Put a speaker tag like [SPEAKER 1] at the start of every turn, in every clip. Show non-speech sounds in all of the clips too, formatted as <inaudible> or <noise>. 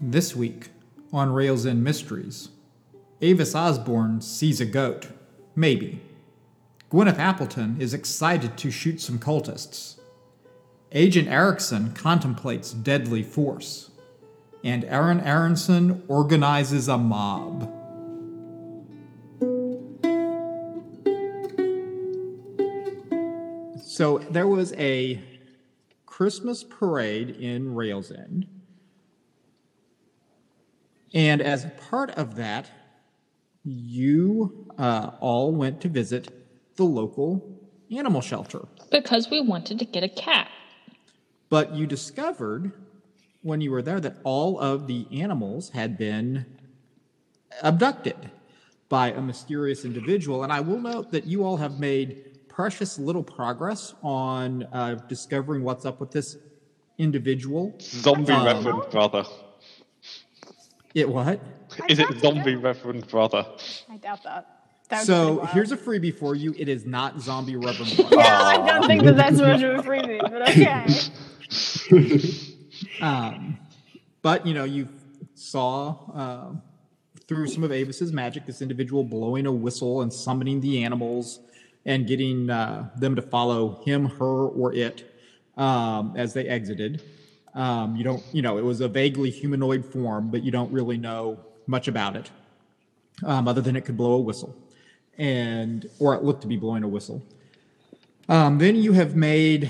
[SPEAKER 1] This week on Rails and Mysteries, Avis Osborne sees a goat. Maybe. Gwyneth Appleton is excited to shoot some cultists. Agent Erickson contemplates deadly force. And Aaron Aronson organizes a mob. So there was a Christmas parade in Rails End. And as part of that, you uh, all went to visit the local animal shelter.
[SPEAKER 2] Because we wanted to get a cat.
[SPEAKER 1] But you discovered when you were there that all of the animals had been abducted by a mysterious individual. And I will note that you all have made precious little progress on uh, discovering what's up with this individual.
[SPEAKER 3] Zombie
[SPEAKER 1] Um,
[SPEAKER 3] reference, brother.
[SPEAKER 1] It what?
[SPEAKER 4] I
[SPEAKER 3] Is
[SPEAKER 4] doubt
[SPEAKER 3] it
[SPEAKER 4] it.
[SPEAKER 3] zombie reference, brother?
[SPEAKER 4] I doubt that. that would be
[SPEAKER 1] so
[SPEAKER 4] wild.
[SPEAKER 1] here's a freebie for you. It is not zombie rubber.
[SPEAKER 4] <laughs> Yeah, I don't think that that's much of a freebie,
[SPEAKER 1] <laughs>
[SPEAKER 4] but okay.
[SPEAKER 1] Um, but you know, you saw uh, through some of Avis's magic this individual blowing a whistle and summoning the animals and getting uh, them to follow him, her, or it um, as they exited. Um, you don't, you know, it was a vaguely humanoid form, but you don't really know much about it, um, other than it could blow a whistle, and or it looked to be blowing a whistle. Um, then you have made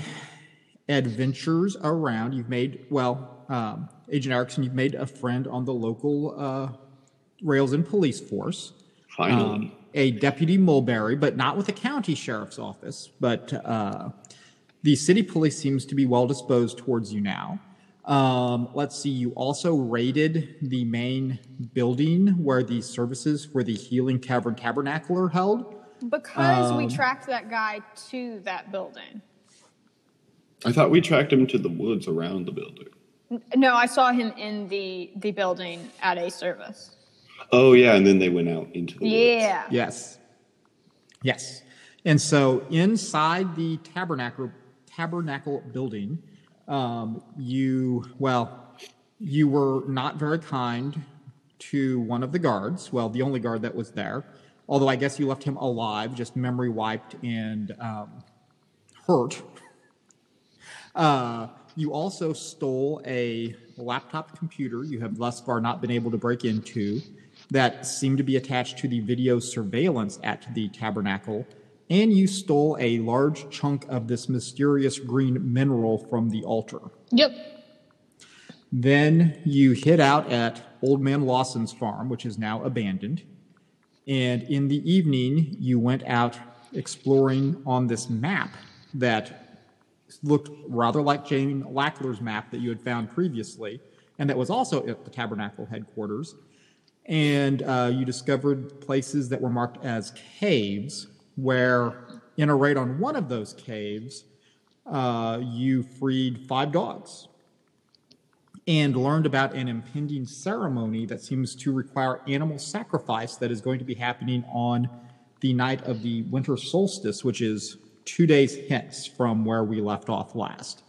[SPEAKER 1] adventures around. You've made, well, um, Agent Erickson, you've made a friend on the local uh, Rails and Police Force,
[SPEAKER 5] Finally.
[SPEAKER 1] um, a Deputy Mulberry, but not with the county sheriff's office. But uh, the city police seems to be well disposed towards you now. Um, let's see, you also raided the main building where the services for the Healing Cavern Tabernacle are held.
[SPEAKER 4] Because
[SPEAKER 1] Um,
[SPEAKER 4] we tracked that guy to that building.
[SPEAKER 5] I thought we tracked him to the woods around the building.
[SPEAKER 4] No, I saw him in the the building at a service.
[SPEAKER 5] Oh yeah, and then they went out into the woods.
[SPEAKER 4] Yeah.
[SPEAKER 1] Yes. Yes. And so inside the tabernacle tabernacle building, um, you well, you were not very kind to one of the guards. Well, the only guard that was there. Although I guess you left him alive, just memory wiped and um, hurt. Uh, you also stole a laptop computer you have thus far not been able to break into that seemed to be attached to the video surveillance at the tabernacle. And you stole a large chunk of this mysterious green mineral from the altar.
[SPEAKER 2] Yep.
[SPEAKER 1] Then you hid out at Old Man Lawson's farm, which is now abandoned. And in the evening, you went out exploring on this map that looked rather like Jane Lackler's map that you had found previously, and that was also at the Tabernacle headquarters. And uh, you discovered places that were marked as caves, where in a raid on one of those caves, uh, you freed five dogs and learned about an impending ceremony that seems to require animal sacrifice that is going to be happening on the night of the winter solstice, which is two days hence from where we left off last.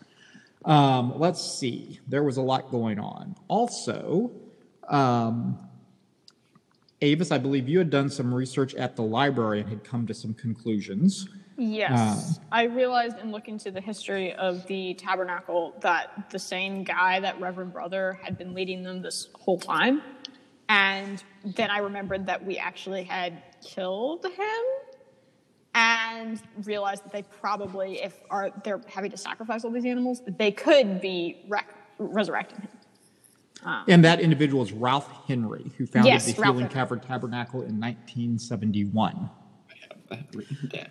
[SPEAKER 1] Um, let's see. There was a lot going on. Also, um, Avis, I believe you had done some research at the library and had come to some conclusions. Ah.
[SPEAKER 4] Yes. I realized in looking to the history of the tabernacle that the same guy, that Reverend Brother, had been leading them this whole time. And then I remembered that we actually had killed him and realized that they probably, if are they're having to sacrifice all these animals, they could be rec- resurrecting him.
[SPEAKER 1] And that individual is Ralph Henry, who founded
[SPEAKER 4] Ah. Yes,
[SPEAKER 1] the
[SPEAKER 4] Ralph
[SPEAKER 1] Healing
[SPEAKER 4] Henry.
[SPEAKER 1] Cavern Tabernacle in 1971.
[SPEAKER 5] Have that written down.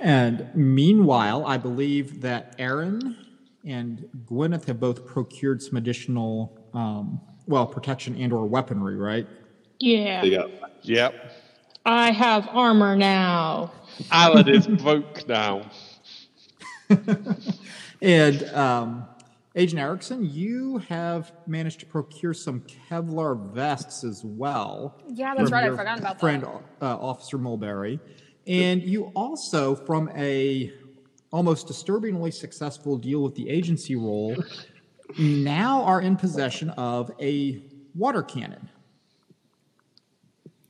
[SPEAKER 1] And meanwhile, I believe that Aaron and Gwyneth have both procured some additional, um, well, protection and/or weaponry, right?
[SPEAKER 2] Yeah.
[SPEAKER 5] They got
[SPEAKER 3] Yep.
[SPEAKER 2] I have armor now.
[SPEAKER 3] Alan is broke now.
[SPEAKER 1] And um, Agent Erickson, you have managed to procure some Kevlar vests as well.
[SPEAKER 4] Yeah, that's
[SPEAKER 1] from
[SPEAKER 4] right. I
[SPEAKER 1] your
[SPEAKER 4] forgot about that.
[SPEAKER 1] friend, uh, Officer Mulberry, and you also from a almost disturbingly successful deal with the agency role, now are in possession of a water cannon.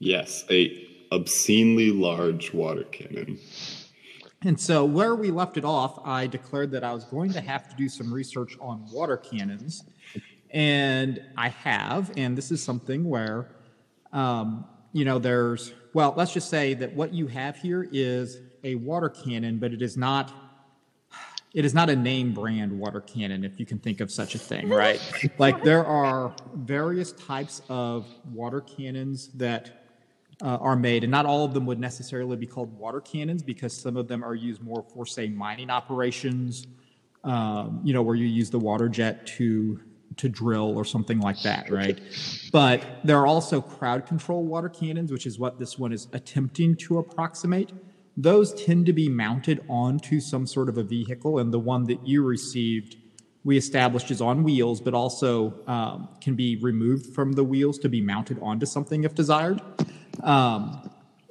[SPEAKER 5] Yes, a obscenely large water cannon.
[SPEAKER 1] And so, where we left it off, I declared that I was going to have to do some research on water cannons. And I have, and this is something where, um, you know, there's, well, let's just say that what you have here is a water cannon, but it is not. It is not a name brand water cannon, if you can think of such a thing, right? like, there are various types of water cannons that uh, are made, and not all of them would necessarily be called water cannons because some of them are used more for, say, mining operations. Um, you know, where you use the water jet to to drill or something like that, right? But there are also crowd control water cannons, which is what this one is attempting to approximate. Those tend to be mounted onto some sort of a vehicle, and the one that you received we established is on wheels, but also um, can be removed from the wheels to be mounted onto something if desired. Um,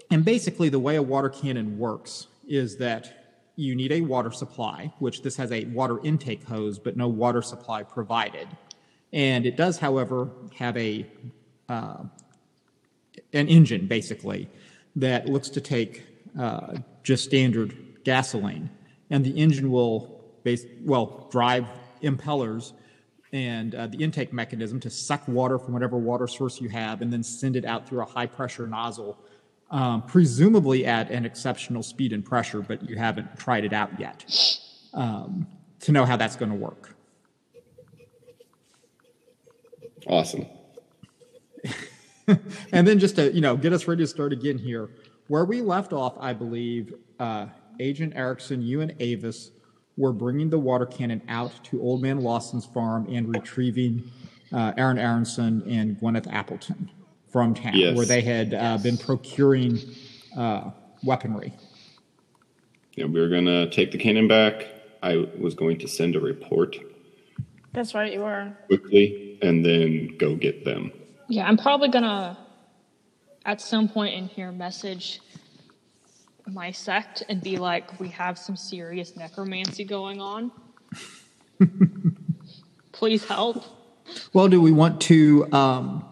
[SPEAKER 1] and basically, the way a water cannon works is that you need a water supply, which this has a water intake hose, but no water supply provided. And it does, however, have a uh, an engine basically that looks to take uh, just standard gasoline, and the engine will base well drive impellers and uh, the intake mechanism to suck water from whatever water source you have and then send it out through a high pressure nozzle, um, presumably at an exceptional speed and pressure, but you haven't tried it out yet um, to know how that's going to work.
[SPEAKER 5] Awesome.
[SPEAKER 1] and then just to you know get us ready to start again here where we left off i believe uh, agent erickson you and avis were bringing the water cannon out to old man lawson's farm and retrieving uh, aaron aronson and gwyneth appleton from town
[SPEAKER 5] Yes.
[SPEAKER 1] where they had uh, been procuring uh, weaponry
[SPEAKER 5] Yeah, we were gonna take the cannon back. I was going to send a report
[SPEAKER 4] That's right, you are.
[SPEAKER 5] quickly and then go get them.
[SPEAKER 2] Yeah, I'm probably gonna at some point in here message my sect and be like, we have some serious necromancy going on. Please help.
[SPEAKER 1] Well, do we want to um,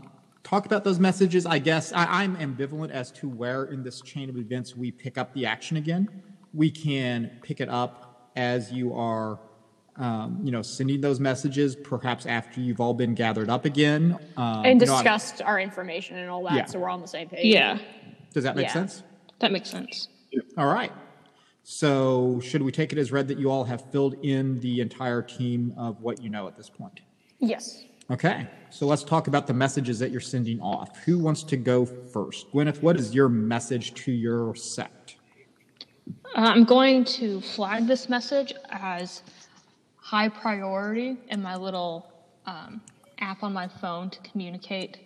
[SPEAKER 1] talk about those messages? I guess I, I'm ambivalent as to where in this chain of events we pick up the action again. We can pick it up as you are, um, you know, sending those messages, perhaps after you've all been gathered up again. Um,
[SPEAKER 4] And
[SPEAKER 1] you know, I-
[SPEAKER 4] discussed our information and all that,
[SPEAKER 1] Yeah.
[SPEAKER 4] so we're on the same page.
[SPEAKER 2] Yeah,
[SPEAKER 1] does that make
[SPEAKER 4] yeah.
[SPEAKER 1] sense?
[SPEAKER 2] that makes sense.
[SPEAKER 1] All right. So, should we take it as read that you all have filled in the entire team of what you know at this point?
[SPEAKER 4] Yes.
[SPEAKER 1] Okay, so let's talk about the messages that you're sending off. Who wants to go first? Gwyneth, what is your message to your sect?
[SPEAKER 2] Uh, I'm going to flag this message as high priority in my little um, app on my phone to communicate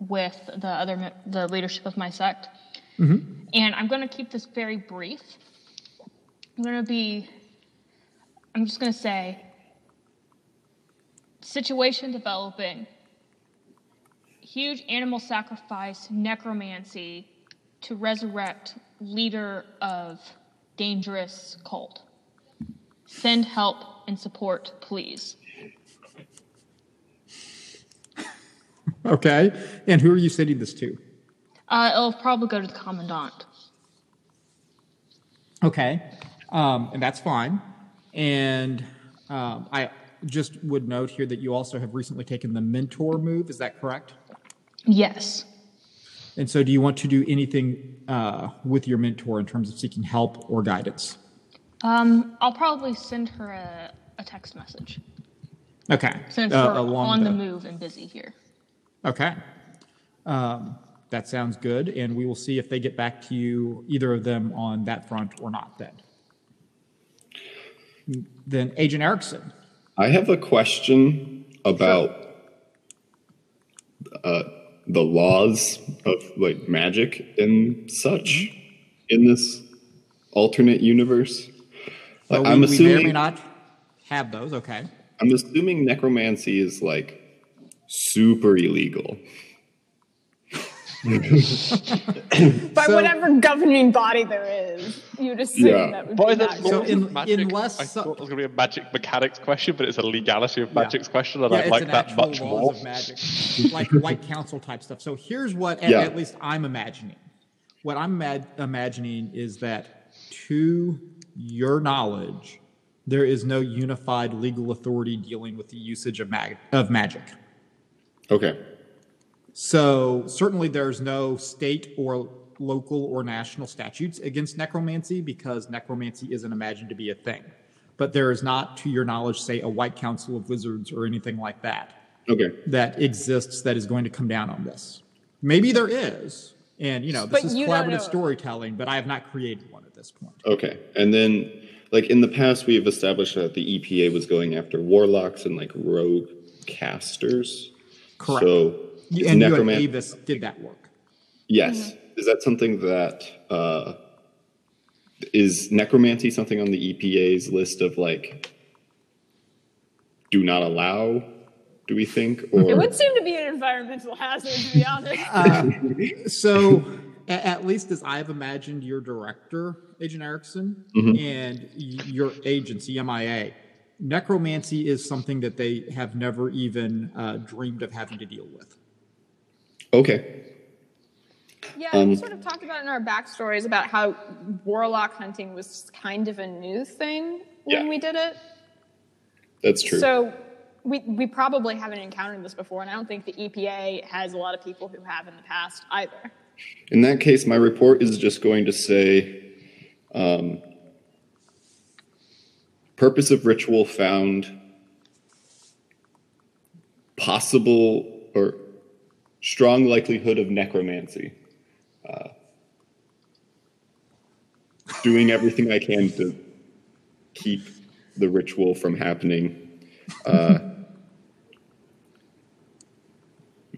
[SPEAKER 2] with the other me- the leadership of my sect. And I'm going to keep this very brief. I'm going to be. I'm just going to say. Situation developing. Huge animal sacrifice, necromancy, to resurrect leader of dangerous cult. Send help and support, please.
[SPEAKER 1] Okay, and who are you sending this to?
[SPEAKER 2] Uh, it'll probably go to the commandant.
[SPEAKER 1] Okay, um, and that's fine. And um, I just would note here that you also have recently taken the mentor move. Is that correct?
[SPEAKER 2] Yes.
[SPEAKER 1] And so, do you want to do anything uh, with your mentor in terms of seeking help or guidance?
[SPEAKER 2] Um, I'll probably send her a, a text message
[SPEAKER 1] Okay,
[SPEAKER 2] since
[SPEAKER 1] uh,
[SPEAKER 2] we're
[SPEAKER 1] along
[SPEAKER 2] on the move and busy here.
[SPEAKER 1] Okay. Um, that sounds good. And we will see if they get back to you, either of them, on that front or not then. Then Agent Erickson.
[SPEAKER 5] I have a question about uh, the laws of like magic and such
[SPEAKER 1] Mm-hmm.
[SPEAKER 5] in this alternate universe. Like,
[SPEAKER 1] So we,
[SPEAKER 5] I'm
[SPEAKER 1] we
[SPEAKER 5] assuming
[SPEAKER 1] may or may not have those. Okay.
[SPEAKER 5] I'm assuming necromancy is like super illegal.
[SPEAKER 4] By
[SPEAKER 1] So-
[SPEAKER 4] whatever governing body there is, you'd assume
[SPEAKER 5] Yeah.
[SPEAKER 4] that would
[SPEAKER 3] By
[SPEAKER 4] be
[SPEAKER 3] the
[SPEAKER 4] that.
[SPEAKER 1] So
[SPEAKER 3] laws
[SPEAKER 1] in-
[SPEAKER 3] of magic,
[SPEAKER 1] unless
[SPEAKER 3] I
[SPEAKER 1] some-
[SPEAKER 3] thought it was going to be a magic mechanics question, but it's a legality of magic's question, and
[SPEAKER 1] yeah,
[SPEAKER 3] I
[SPEAKER 1] it's
[SPEAKER 3] like
[SPEAKER 1] an
[SPEAKER 3] that
[SPEAKER 1] actual
[SPEAKER 3] much
[SPEAKER 1] laws
[SPEAKER 3] more.
[SPEAKER 1] of magic, like white council type stuff. So here's what, at,
[SPEAKER 5] Yeah.
[SPEAKER 1] at least I'm imagining. What I'm mad, imagining is that, to your knowledge, there is no unified legal authority dealing with the usage of, mag- of magic.
[SPEAKER 5] Okay.
[SPEAKER 1] So certainly there's no state or local or national statutes against necromancy because necromancy isn't imagined to be a thing. But there is not, to your knowledge, say a white council of wizards or anything like that
[SPEAKER 5] Okay.
[SPEAKER 1] that exists that is going to come down on this. Maybe there is, and you know this
[SPEAKER 4] But
[SPEAKER 1] is
[SPEAKER 4] you don't know.
[SPEAKER 1] collaborative storytelling, but I have not created one at this point.
[SPEAKER 5] Okay. And then, like in the past, we have established that the EPA was going after warlocks and like rogue casters.
[SPEAKER 1] Correct.
[SPEAKER 5] So, is
[SPEAKER 1] and you and
[SPEAKER 5] necroman-
[SPEAKER 1] Avis did that work.
[SPEAKER 5] Yes.
[SPEAKER 4] Mm-hmm.
[SPEAKER 5] Is that something that uh, is necromancy something on the EPA's list of like do not allow? Do we think or
[SPEAKER 4] It would seem to be an environmental hazard, to be
[SPEAKER 5] <laughs>
[SPEAKER 4] honest.
[SPEAKER 1] so <laughs> a- at least as i've imagined your director agent erickson and y- your agency mia necromancy is something that they have never even uh, dreamed of having to deal with
[SPEAKER 5] okay?
[SPEAKER 4] Yeah,
[SPEAKER 5] Um,
[SPEAKER 4] we sort of talked about in our backstories about how warlock hunting was kind of a new thing when
[SPEAKER 5] Yeah.
[SPEAKER 4] we did it.
[SPEAKER 5] That's true.
[SPEAKER 4] So we we probably haven't encountered this before, and I don't think the EPA has a lot of people who have in the past either. <laughs>
[SPEAKER 5] In that case, my report is just going to say um, purpose of ritual found possible or strong likelihood of necromancy. Uh, doing everything I can to keep the ritual from happening. Uh,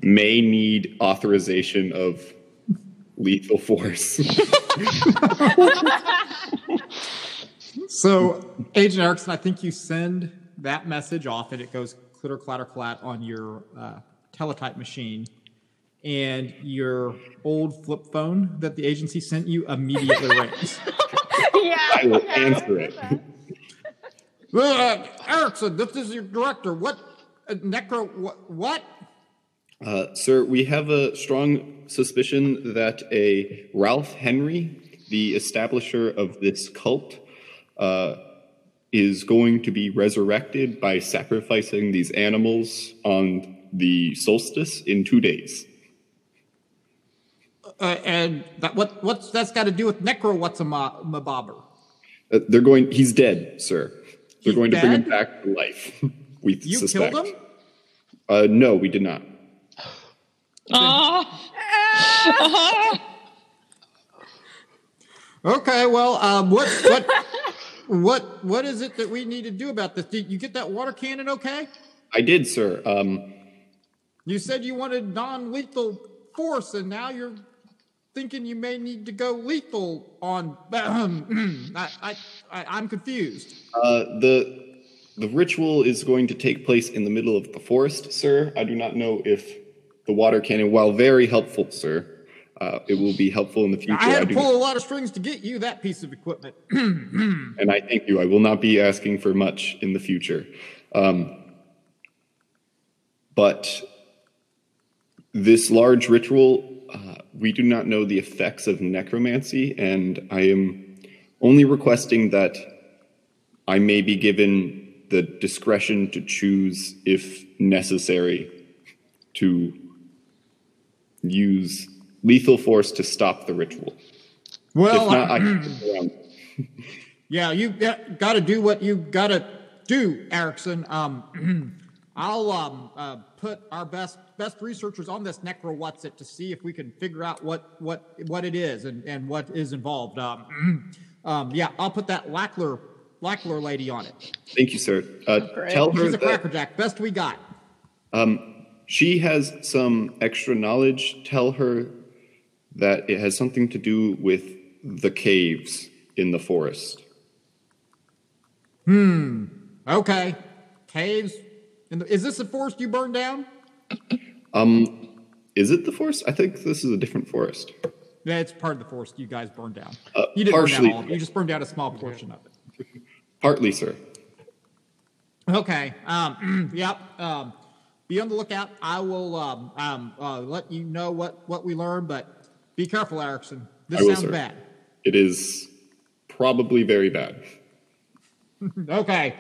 [SPEAKER 5] may need authorization of lethal
[SPEAKER 1] <laughs>
[SPEAKER 5] force.
[SPEAKER 1] so agent erickson i think you send that message off and it goes clitter clatter clat on your uh, teletype machine and your old flip phone that the agency sent you immediately <laughs> rings
[SPEAKER 4] yeah,
[SPEAKER 5] I will
[SPEAKER 4] yeah,
[SPEAKER 5] answer it.
[SPEAKER 1] Uh, Erickson, this is your director. What uh, necro? What? what?
[SPEAKER 5] Uh, sir, we have a strong suspicion that a Ralph Henry, the establisher of this cult, uh, is going to be resurrected by sacrificing these animals on the solstice in two days.
[SPEAKER 1] Uh, and that what? What's that's got to do with necro? What's a ma- mabobber?
[SPEAKER 5] Uh, they're going. He's dead, sir. They're
[SPEAKER 1] He's
[SPEAKER 5] going to bring him
[SPEAKER 1] dead?
[SPEAKER 5] back to life. <laughs> We
[SPEAKER 1] You
[SPEAKER 5] suspect.
[SPEAKER 1] killed him.
[SPEAKER 5] Uh, no, we did not.
[SPEAKER 2] Ah.
[SPEAKER 1] Okay. Well, um, what? What? what? What is it that we need to do about this? Did you get that water cannon? Okay.
[SPEAKER 5] I did, sir. Um,
[SPEAKER 1] You said you wanted non-lethal force, and now you're thinking you may need to go lethal on. <clears throat> I, I, I, I'm confused.
[SPEAKER 5] Uh, the the ritual is going to take place in the middle of the forest, sir. I do not know if the water cannon, while very helpful, sir, uh, it will be helpful in the future.
[SPEAKER 1] I had
[SPEAKER 5] do
[SPEAKER 1] to pull a lot of strings to get you that piece of equipment.
[SPEAKER 5] and I thank you. I will not be asking for much in the future. Um, but this large ritual, uh, we do not know the effects of necromancy, and I am only requesting that I may be given the discretion to choose, if necessary, to use lethal force to stop the ritual. If
[SPEAKER 1] Well, uh,
[SPEAKER 5] not, I
[SPEAKER 1] I-
[SPEAKER 5] can stick around.
[SPEAKER 1] yeah, you got to do what you got to do, Erickson. Um, <clears throat> I'll um, uh, put our best best researchers on this necro what's it to see if we can figure out what what what it is and, and what is involved. Um, <clears throat> um, yeah, I'll put that Lackler Lackler lady on it.
[SPEAKER 5] Thank you, sir. Uh,
[SPEAKER 4] Great.
[SPEAKER 5] tell her
[SPEAKER 1] She's a
[SPEAKER 5] that
[SPEAKER 1] crackerjack, best we got.
[SPEAKER 5] she has some extra knowledge. Tell her that it has something to do with the caves in the forest.
[SPEAKER 1] Okay, caves. In the, is this the forest you burned down?
[SPEAKER 5] Is it the forest? I think this is a different forest.
[SPEAKER 1] That's part of the forest you guys burned down.
[SPEAKER 5] Uh,
[SPEAKER 1] you didn't burn
[SPEAKER 5] partially.
[SPEAKER 1] down all of it. You just burned down a small portion of it.
[SPEAKER 5] Partly, sir.
[SPEAKER 1] Okay. Um, <clears throat> yep. Um, be on the lookout. I will um, um, uh, let you know what, what we learn, but be careful, Erickson. This
[SPEAKER 5] I will,
[SPEAKER 1] sounds
[SPEAKER 5] sir.
[SPEAKER 1] bad. <laughs>
[SPEAKER 5] It is probably very bad.
[SPEAKER 1] Okay.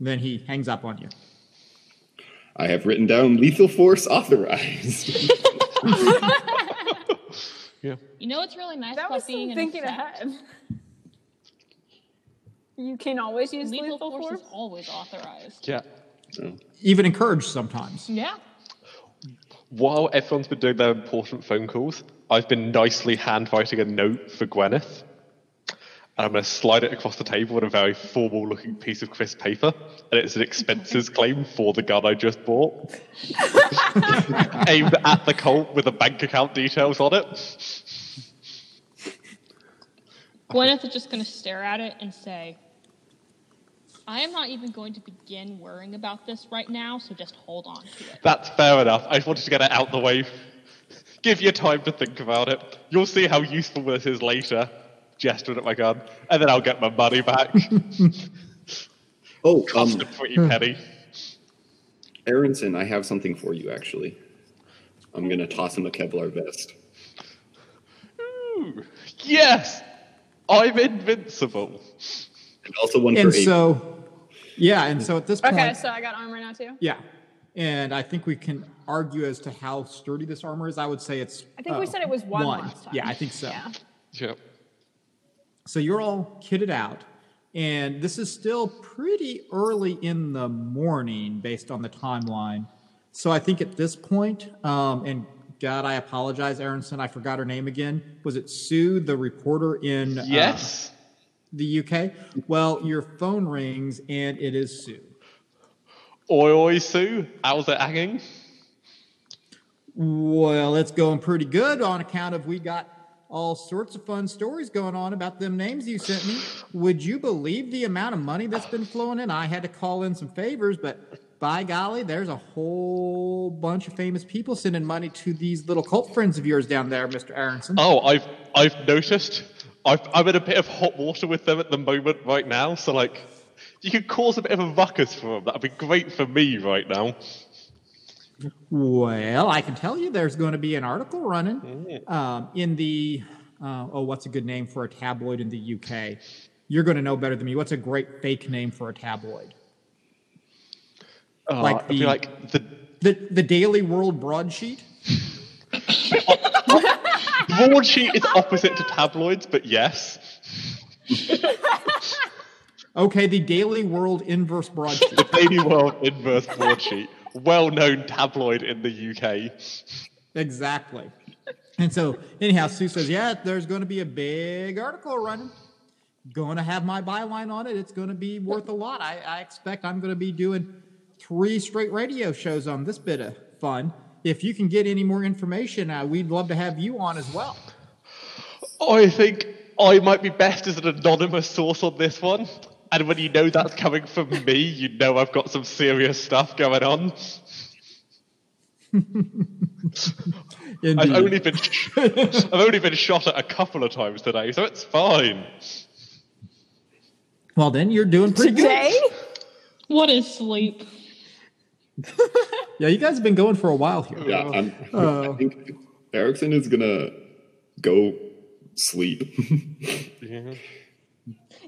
[SPEAKER 1] Then he hangs up on you.
[SPEAKER 5] I have written down lethal force authorized.
[SPEAKER 3] Yeah.
[SPEAKER 2] You know what's really nice
[SPEAKER 4] That
[SPEAKER 2] about
[SPEAKER 4] was
[SPEAKER 2] being an
[SPEAKER 4] some thinking
[SPEAKER 2] effect?
[SPEAKER 4] ahead. You can always use
[SPEAKER 2] Lethal,
[SPEAKER 4] lethal,
[SPEAKER 2] force,
[SPEAKER 4] force.
[SPEAKER 2] is always authorized.
[SPEAKER 3] Yeah.
[SPEAKER 5] So,
[SPEAKER 1] Even encouraged sometimes.
[SPEAKER 2] Yeah.
[SPEAKER 3] While everyone's been doing their important phone calls, I've been nicely handwriting a note for Gwyneth. And I'm going to slide it across the table on a very formal looking piece of crisp paper. And it's an expenses claim for the gun I just bought. <laughs> Aimed at the cult with the bank account details on it.
[SPEAKER 2] Gwyneth is just going to stare at it and say, I am not even going to begin worrying about this right now, so just hold on to it.
[SPEAKER 3] That's fair enough. I just wanted to get it out the way. Give you time to think about it. You'll see how useful this is later. Gesturing at my gun. And then I'll get my money back.
[SPEAKER 5] oh,
[SPEAKER 3] Cost
[SPEAKER 5] um,
[SPEAKER 3] a pretty penny.
[SPEAKER 5] Aronson, I have something for you, actually. I'm going to toss him a Kevlar vest.
[SPEAKER 3] Ooh, yes! I'm invincible.
[SPEAKER 5] And also one
[SPEAKER 1] And
[SPEAKER 5] for eight.
[SPEAKER 1] so, yeah, and so at this point,
[SPEAKER 4] Okay, so I got armor now too.
[SPEAKER 1] yeah. And I think we can argue as to how sturdy this armor is. I would say it's. uh,
[SPEAKER 4] I think we said it was one last time.
[SPEAKER 1] Yeah, I think so.
[SPEAKER 4] Yeah.
[SPEAKER 3] Yep.
[SPEAKER 1] So you're all kitted out, and this is still pretty early in the morning based on the timeline. So I think at this point, um, and God, I apologize, Aronson, I forgot her name again. Was it Sue, the reporter in uh,
[SPEAKER 3] Yes.
[SPEAKER 1] the UK? Well, your phone rings, and it is Sue.
[SPEAKER 3] Oi, oi, Sue. How's it hanging?
[SPEAKER 1] Well, it's going pretty good on account of we got all sorts of fun stories going on about them names you sent me. Would you believe the amount of money that's been flowing in? I had to call in some favors, but by golly, there's a whole bunch of famous people sending money to these little cult friends of yours down there, Mr. Aronson.
[SPEAKER 3] Oh, I've I've noticed. I've, I'm in a bit of hot water with them at the moment right now. So like, you could cause a bit of a ruckus for them. That'd be great for me right now.
[SPEAKER 1] Well, I can tell you there's going to be an article running um, in the, uh, oh, what's a good name for a tabloid in the UK? You're going to know better than me. What's a great fake name for a tabloid?
[SPEAKER 3] Oh,
[SPEAKER 1] Like
[SPEAKER 3] Ah, it'd be
[SPEAKER 1] the-
[SPEAKER 3] like <laughs> the
[SPEAKER 1] The the Daily World broadsheet.
[SPEAKER 3] broadsheet is opposite to tabloids, but yes,
[SPEAKER 1] Okay, the Daily World inverse broadsheet.
[SPEAKER 3] the <laughs> Daily World inverse broadsheet, well-known tabloid in the UK.
[SPEAKER 1] exactly. And so, anyhow, Sue says, "Yeah, there's going to be a big article running. Going to have my byline on it. It's going to be worth a lot. I, I expect I'm going to be doing three straight radio shows on this bit of fun. If you can get any more information, uh, we'd love to have you on as well."
[SPEAKER 3] I think I might be best as an anonymous source on this one. And when you know that's coming from me, you know I've got some serious stuff going on. I've
[SPEAKER 1] Indeed.
[SPEAKER 3] only been I've only been shot at a couple of times today, so it's fine.
[SPEAKER 1] well, then you're doing pretty
[SPEAKER 4] Today?
[SPEAKER 1] good.
[SPEAKER 2] What is sleep?
[SPEAKER 1] Yeah, you guys have been going for a while here.
[SPEAKER 5] Yeah, I'm, <laughs>
[SPEAKER 1] Oh.
[SPEAKER 5] I think Erickson is going to go sleep. <laughs>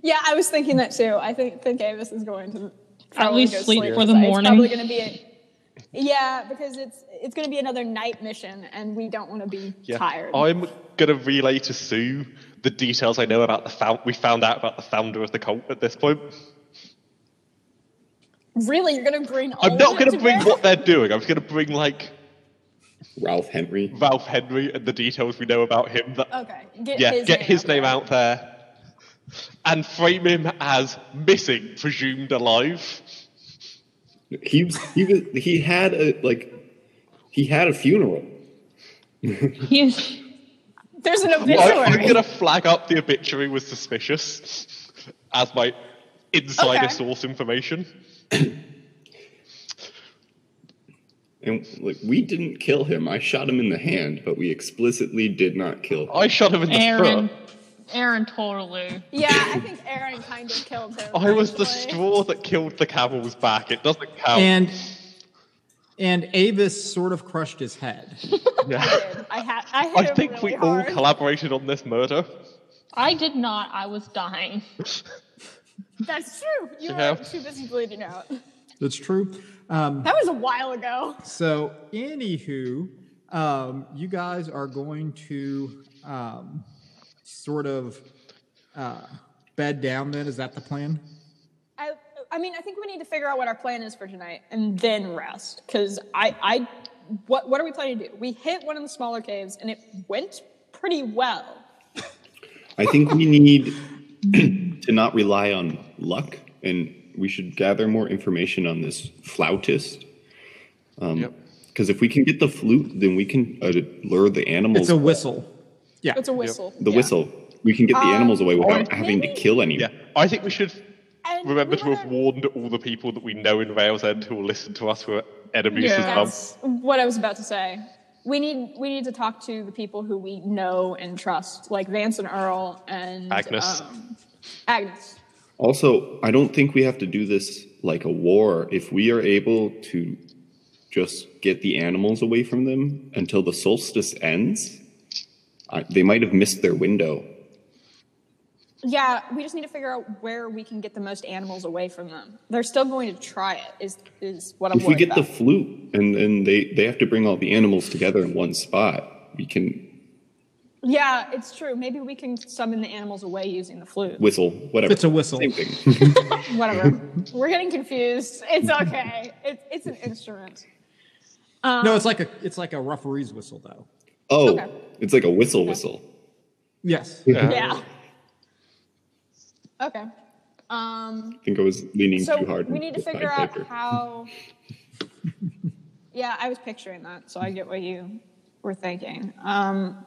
[SPEAKER 4] Yeah, I was thinking that too. I think think Avis is going to probably
[SPEAKER 2] least
[SPEAKER 4] go
[SPEAKER 2] sleep for the
[SPEAKER 4] tonight.
[SPEAKER 2] morning.
[SPEAKER 4] It's probably going to be a, yeah, because it's it's going to be another night mission, and we don't want to be
[SPEAKER 3] Yeah.
[SPEAKER 4] tired.
[SPEAKER 3] I'm gonna relay to Sue the details I know about the found we found out about the founder of the cult at this point.
[SPEAKER 4] really, you're going to bring? All
[SPEAKER 3] I'm
[SPEAKER 4] of
[SPEAKER 3] not
[SPEAKER 4] it
[SPEAKER 3] gonna
[SPEAKER 4] to
[SPEAKER 3] bring
[SPEAKER 4] bear?
[SPEAKER 3] what they're doing. I'm just gonna bring like
[SPEAKER 5] Ralph Henry.
[SPEAKER 3] Ralph Henry and the details we know about him that
[SPEAKER 4] Okay, get
[SPEAKER 3] yeah,
[SPEAKER 4] his
[SPEAKER 3] get
[SPEAKER 4] name
[SPEAKER 3] his
[SPEAKER 4] out
[SPEAKER 3] name
[SPEAKER 4] there.
[SPEAKER 3] out there and frame him as missing, presumed alive.
[SPEAKER 5] He was, he was, he had a like he had a funeral.
[SPEAKER 2] He is.
[SPEAKER 4] There's an
[SPEAKER 3] I, am
[SPEAKER 4] obituary.
[SPEAKER 3] going to flag up the obituary was suspicious as my insider
[SPEAKER 4] Okay.
[SPEAKER 3] source information.
[SPEAKER 5] And like we didn't kill him. I shot him in the hand, but we explicitly did not kill him.
[SPEAKER 3] I shot him in the
[SPEAKER 2] Aaron,
[SPEAKER 3] foot.
[SPEAKER 2] Aaron, totally.
[SPEAKER 4] Yeah, I think Aaron kind of killed him.
[SPEAKER 3] I was the
[SPEAKER 4] actually.
[SPEAKER 3] straw that killed the camel's back. It doesn't count.
[SPEAKER 1] And and Avis sort of crushed his head.
[SPEAKER 3] Yeah.
[SPEAKER 4] I <laughs> did. I, ha- I hit
[SPEAKER 3] I
[SPEAKER 4] him
[SPEAKER 3] think
[SPEAKER 4] really
[SPEAKER 3] we
[SPEAKER 4] hard.
[SPEAKER 3] all collaborated on this murder.
[SPEAKER 2] I did not. I was dying.
[SPEAKER 4] That's true. You
[SPEAKER 3] Yeah.
[SPEAKER 4] were too busy bleeding out.
[SPEAKER 1] <laughs> That's true. Um,
[SPEAKER 4] That was a while ago.
[SPEAKER 1] so, anywho, um, you guys are going to um, sort of uh, bed down. Then is that the plan?
[SPEAKER 4] I, I mean, I think we need to figure out what our plan is for tonight and then rest. Because I, I, what, what are we planning to do? We hit one of the smaller caves and it went pretty well.
[SPEAKER 5] I think we need <clears throat> to not rely on luck, and we should gather more information on this flautist. Because
[SPEAKER 3] Yep.
[SPEAKER 5] if we can get the flute, then we can uh, lure the animals.
[SPEAKER 1] It's a whistle. Yeah.
[SPEAKER 4] It's a whistle.
[SPEAKER 5] the
[SPEAKER 4] yeah. Oh,
[SPEAKER 5] whistle. We can get the animals away without
[SPEAKER 4] or
[SPEAKER 5] having to
[SPEAKER 4] maybe-
[SPEAKER 5] kill anyone.
[SPEAKER 3] Yeah. I think we should
[SPEAKER 4] And
[SPEAKER 3] remember
[SPEAKER 4] we
[SPEAKER 3] to have
[SPEAKER 4] wanna-
[SPEAKER 3] warned all the people that we know in Rail's End who will listen to us who are enemies
[SPEAKER 2] Yeah.
[SPEAKER 3] as well.
[SPEAKER 4] That's what I was about to say. We need we need to talk to the people who we know and trust, like Vance and Earl and
[SPEAKER 3] Agnes.
[SPEAKER 4] Um, Agnes.
[SPEAKER 5] Also, I don't think we have to do this like a war. If we are able to just get the animals away from them until the solstice ends, I, they might have missed their window.
[SPEAKER 4] Yeah, we just need to figure out where we can get the most animals away from them. They're still going to try it. Is is what I'm
[SPEAKER 5] If we
[SPEAKER 4] worried
[SPEAKER 5] get the
[SPEAKER 4] about.
[SPEAKER 5] flute and then they, they have to bring all the animals together in one spot, we can
[SPEAKER 4] yeah, it's true. Maybe we can summon the animals away using the flute.
[SPEAKER 5] whistle, whatever.
[SPEAKER 1] It's a whistle.
[SPEAKER 5] Same thing. <laughs>
[SPEAKER 4] Whatever. We're getting confused. It's okay. It's it's an instrument.
[SPEAKER 1] No, it's like a it's like a referee's whistle though.
[SPEAKER 5] Oh,
[SPEAKER 4] Okay.
[SPEAKER 5] it's like a whistle whistle.
[SPEAKER 1] Yes.
[SPEAKER 4] Yeah. Okay. Um.
[SPEAKER 5] I think I was leaning
[SPEAKER 4] So
[SPEAKER 5] too hard.
[SPEAKER 4] we need
[SPEAKER 5] into
[SPEAKER 4] to
[SPEAKER 5] my
[SPEAKER 4] figure out
[SPEAKER 5] paper.
[SPEAKER 4] how. <laughs> yeah, I was picturing that, so I get what you were thinking. Um,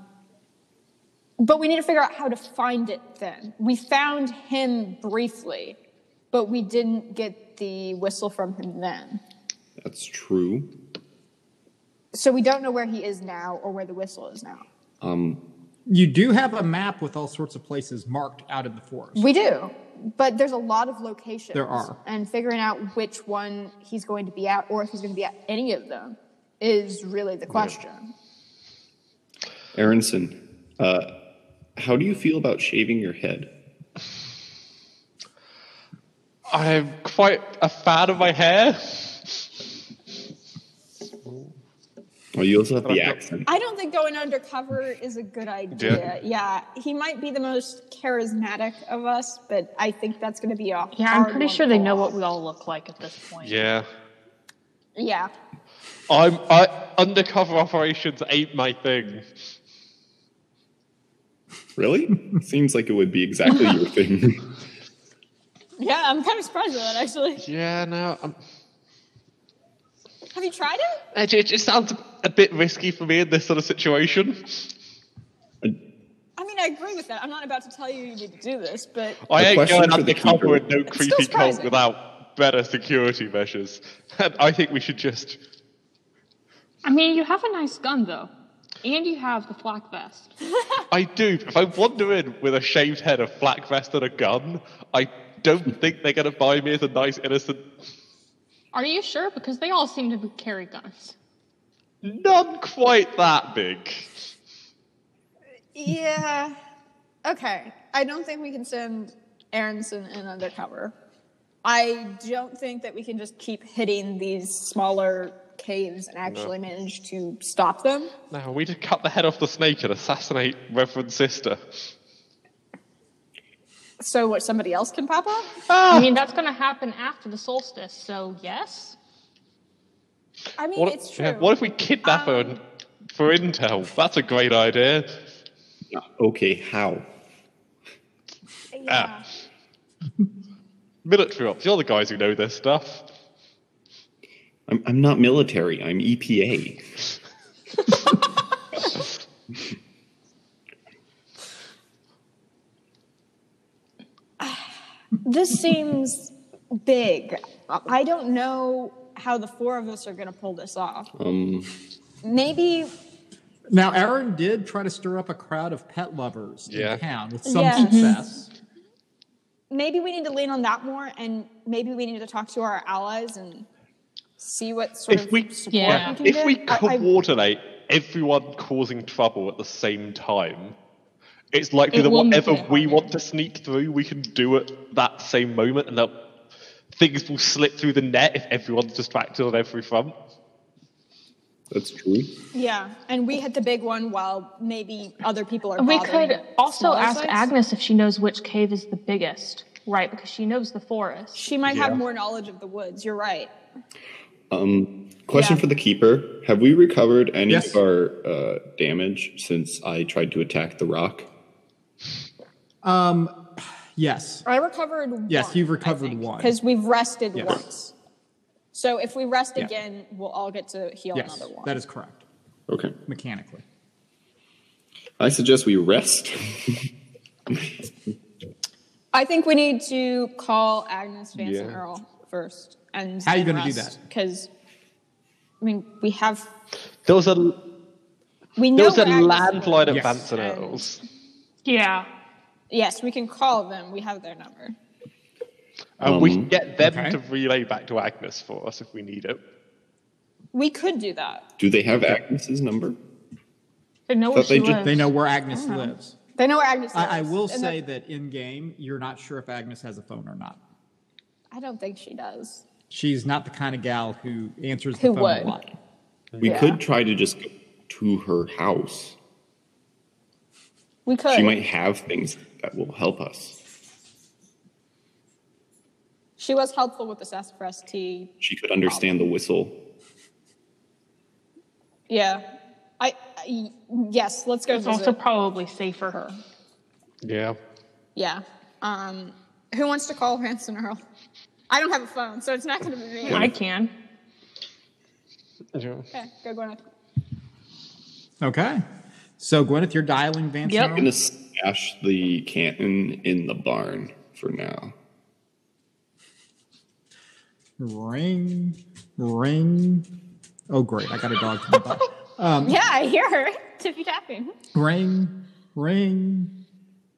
[SPEAKER 4] but we need to figure out how to find it. Then we found him briefly, but we didn't get the whistle from him then.
[SPEAKER 5] That's true.
[SPEAKER 4] So we don't know where he is now or where the whistle is now.
[SPEAKER 5] Um,
[SPEAKER 1] You do have a map with all sorts of places marked out in the forest.
[SPEAKER 4] We do, but there's a lot of locations.
[SPEAKER 1] There are.
[SPEAKER 4] And figuring out which one he's going to be at or if he's going to be at any of them is really the question.
[SPEAKER 5] Aronson, uh, how do you feel about shaving your head?
[SPEAKER 3] I'm quite a fan of my hair.
[SPEAKER 5] Well, Oh, you also have the
[SPEAKER 3] I don't-
[SPEAKER 5] accent.
[SPEAKER 4] I don't think going undercover is a good idea. Yeah. he might be the most charismatic of us, but I think that's going to be a
[SPEAKER 2] Yeah, I'm
[SPEAKER 4] hard
[SPEAKER 2] pretty
[SPEAKER 4] one
[SPEAKER 2] sure they
[SPEAKER 4] to
[SPEAKER 2] know
[SPEAKER 4] pull
[SPEAKER 2] what
[SPEAKER 4] off.
[SPEAKER 2] we all look like at this point.
[SPEAKER 3] Yeah.
[SPEAKER 4] Yeah,
[SPEAKER 3] I'm I, undercover operations ain't my thing.
[SPEAKER 5] Really? <laughs> Seems like it would be exactly your thing.
[SPEAKER 4] yeah, I'm kind of surprised by that actually.
[SPEAKER 3] Yeah, no. I'm,
[SPEAKER 4] Have you tried it?
[SPEAKER 3] it, it just sounds a bit risky for me in this sort of situation.
[SPEAKER 5] Uh,
[SPEAKER 4] I mean, I agree with that. I'm not about to tell you you need to do this, but
[SPEAKER 3] I
[SPEAKER 5] The
[SPEAKER 3] ain't
[SPEAKER 5] question
[SPEAKER 3] going
[SPEAKER 5] for the
[SPEAKER 3] undercover
[SPEAKER 5] keeper-
[SPEAKER 3] in no
[SPEAKER 4] It's still
[SPEAKER 3] creepy cult
[SPEAKER 4] surprising.
[SPEAKER 3] without better security measures. And I think we should just.
[SPEAKER 2] I mean, you have a nice gun though, and you have the flak vest.
[SPEAKER 3] I do. If I wander in with a shaved head, a flak vest, and a gun, I don't think they're going to buy me as a nice, innocent.
[SPEAKER 2] Are you sure? Because they all seem to be- carry guns.
[SPEAKER 3] None quite that big.
[SPEAKER 4] Yeah. Okay. I don't think we can send Aronson in undercover. I don't think that we can just keep hitting these smaller caves and actually manage to stop them.
[SPEAKER 3] Now, we just cut the head off the snake and assassinate Reverend Sister.
[SPEAKER 4] So what somebody else can pop up?
[SPEAKER 2] I mean, that's going to happen after the solstice. So yes,
[SPEAKER 4] I mean,
[SPEAKER 3] What,
[SPEAKER 4] it's true. Um,
[SPEAKER 3] yeah, what if we kidnap her and, for intel? That's a great idea.
[SPEAKER 5] okay, how?
[SPEAKER 3] ah.
[SPEAKER 4] yeah.
[SPEAKER 3] Military ops, you're the guys who know this stuff.
[SPEAKER 5] I'm, I'm not military, I'm E EPA.
[SPEAKER 4] This seems big. I don't know how the four of us are going to pull this off.
[SPEAKER 5] Um,
[SPEAKER 4] Maybe
[SPEAKER 1] Now, Aaron did try to stir up a crowd of pet lovers
[SPEAKER 3] Yeah.
[SPEAKER 1] in town with some
[SPEAKER 4] Yeah. Mhm.
[SPEAKER 1] success.
[SPEAKER 4] maybe we need to lean on that more, and maybe we need to talk to our allies and see what sort
[SPEAKER 3] If
[SPEAKER 4] of
[SPEAKER 3] we-
[SPEAKER 4] support
[SPEAKER 2] Yeah.
[SPEAKER 4] we can
[SPEAKER 3] If
[SPEAKER 4] get.
[SPEAKER 3] we
[SPEAKER 4] I- I-
[SPEAKER 3] coordinate everyone causing trouble at the same time, it's likely
[SPEAKER 2] It
[SPEAKER 3] that
[SPEAKER 2] will make
[SPEAKER 3] whatever
[SPEAKER 2] it
[SPEAKER 3] we
[SPEAKER 2] harder.
[SPEAKER 3] want to sneak through, we can do at that same moment, and that things will slip through the net if everyone's distracted on every front.
[SPEAKER 5] that's true.
[SPEAKER 4] yeah, and we hit the big one while maybe other people are.
[SPEAKER 2] We
[SPEAKER 4] bothering
[SPEAKER 2] could also
[SPEAKER 4] smaller
[SPEAKER 2] ask
[SPEAKER 4] sites.
[SPEAKER 2] Agnes if she knows which cave is the biggest, right? Because she knows the forest.
[SPEAKER 4] She might
[SPEAKER 3] Yeah.
[SPEAKER 4] have more knowledge of the woods. You're right.
[SPEAKER 5] Um, question
[SPEAKER 4] Yeah.
[SPEAKER 5] for the keeper: Have we recovered any
[SPEAKER 1] Yes.
[SPEAKER 5] of our uh, damage since I tried to attack the rock?
[SPEAKER 1] Um, yes.
[SPEAKER 4] I recovered.
[SPEAKER 1] Yes,
[SPEAKER 4] one,
[SPEAKER 1] you've recovered one.
[SPEAKER 4] because we've rested
[SPEAKER 1] Yes.
[SPEAKER 4] once. So if we rest
[SPEAKER 1] Yeah.
[SPEAKER 4] again, we'll all get to heal
[SPEAKER 1] Yes.
[SPEAKER 4] another one.
[SPEAKER 1] That is correct,
[SPEAKER 5] Okay,
[SPEAKER 1] mechanically.
[SPEAKER 5] I suggest we rest.
[SPEAKER 4] I think we need to call Agnes Vance and
[SPEAKER 3] Yeah.
[SPEAKER 4] Earl first, and
[SPEAKER 1] How you gonna do that?
[SPEAKER 4] Because I mean, we have
[SPEAKER 3] There was a
[SPEAKER 4] we know
[SPEAKER 3] there was a
[SPEAKER 4] where Agnes
[SPEAKER 3] landline at
[SPEAKER 1] Yes.
[SPEAKER 3] Vance and
[SPEAKER 4] And-
[SPEAKER 3] Earls.
[SPEAKER 2] Yeah.
[SPEAKER 4] Yes, we can call them. We have their number.
[SPEAKER 3] And Uh, we can get them
[SPEAKER 1] okay.
[SPEAKER 3] to relay back to Agnes for us if we need it.
[SPEAKER 4] We could do that.
[SPEAKER 5] Do they have Agnes's number?
[SPEAKER 2] They know where
[SPEAKER 5] But they
[SPEAKER 2] she
[SPEAKER 5] ju-
[SPEAKER 2] lives.
[SPEAKER 1] They know where Agnes lives.
[SPEAKER 4] They know where Agnes.
[SPEAKER 1] I, I
[SPEAKER 4] lives,
[SPEAKER 1] will
[SPEAKER 4] Uh-huh. and
[SPEAKER 1] say
[SPEAKER 4] that-
[SPEAKER 1] that in game, you're not sure if Agnes has a phone or not.
[SPEAKER 4] I don't think she does.
[SPEAKER 1] She's not the kind of gal who answers
[SPEAKER 4] Who
[SPEAKER 1] the phone
[SPEAKER 4] would?
[SPEAKER 1] a lot.
[SPEAKER 5] We
[SPEAKER 4] Yeah.
[SPEAKER 5] could try to just go to her house.
[SPEAKER 4] We could.
[SPEAKER 5] She might have things that will help us.
[SPEAKER 4] She was helpful with the sassafras tea.
[SPEAKER 5] She could understand the whistle.
[SPEAKER 4] Yeah. I, I yes. Let's go.
[SPEAKER 2] It's also
[SPEAKER 4] visit
[SPEAKER 2] probably safer.
[SPEAKER 4] her.
[SPEAKER 3] Yeah.
[SPEAKER 4] Yeah. Um, who wants to call Ransom Earl? <laughs> I don't have a phone, so it's not going to be me.
[SPEAKER 2] I can.
[SPEAKER 3] yeah.
[SPEAKER 4] Okay, go Gwyneth.
[SPEAKER 1] Okay. So, Gwyneth, you're dialing Vance.
[SPEAKER 2] Yep.
[SPEAKER 5] I'm gonna stash the canton in the barn for now.
[SPEAKER 1] Ring, ring. Oh, great. I got a dog. coming
[SPEAKER 4] <laughs>
[SPEAKER 1] by.
[SPEAKER 4] Yeah, I hear her <laughs> tippy tapping.
[SPEAKER 1] Ring, ring,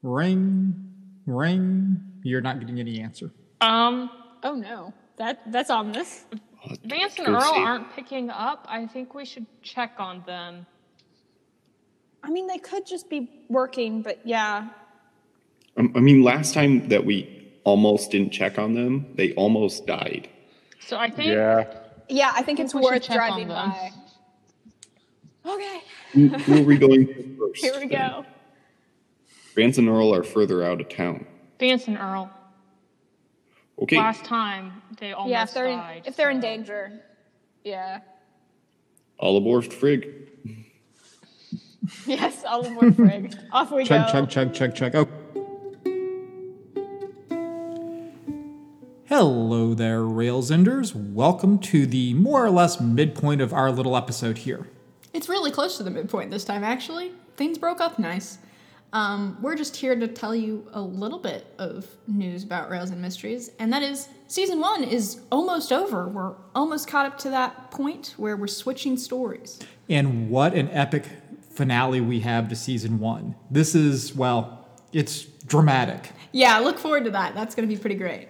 [SPEAKER 1] ring, ring. You're not getting any answer.
[SPEAKER 2] Um,
[SPEAKER 4] Oh no, that that's ominous.
[SPEAKER 2] Vance and
[SPEAKER 5] Go
[SPEAKER 2] Earl
[SPEAKER 5] see.
[SPEAKER 2] aren't picking up. I think we should check on them.
[SPEAKER 4] I mean, they could just be working, but yeah,
[SPEAKER 5] Um, I mean, last time that we almost didn't check on them, they almost died.
[SPEAKER 2] So I think
[SPEAKER 3] Yeah.
[SPEAKER 4] yeah. I think it's
[SPEAKER 2] we should
[SPEAKER 4] worth
[SPEAKER 2] check on
[SPEAKER 4] driving
[SPEAKER 2] them.
[SPEAKER 4] by.
[SPEAKER 6] <laughs>
[SPEAKER 4] Okay,
[SPEAKER 5] Who, who are we going
[SPEAKER 2] <laughs>
[SPEAKER 5] to first?
[SPEAKER 4] here we go.
[SPEAKER 5] Vance and Earl are further out of town.
[SPEAKER 2] Vance and Earl.
[SPEAKER 5] Okay,
[SPEAKER 2] Last time they almost
[SPEAKER 4] Yeah, if they're in,
[SPEAKER 2] died.
[SPEAKER 4] if they're in
[SPEAKER 2] so-
[SPEAKER 4] danger, yeah. <laughs>
[SPEAKER 5] all aboard Frig.
[SPEAKER 4] Yes, all aboard Brig. <laughs> Off we
[SPEAKER 1] Chug,
[SPEAKER 4] go.
[SPEAKER 1] chug, chug, chug, chug. Oh. Hello there, Railsenders. Welcome to the more or less midpoint of our little episode here.
[SPEAKER 6] It's really close to the midpoint this time, actually. Things broke up nice. Um, we're just here to tell you a little bit of news about Rails and Mysteries, and that is season one is almost over. We're almost caught up to that point where we're switching stories.
[SPEAKER 1] And what an epic finale we have to season one. This is, well, it's dramatic.
[SPEAKER 6] Yeah, look forward to that. That's going to be pretty great.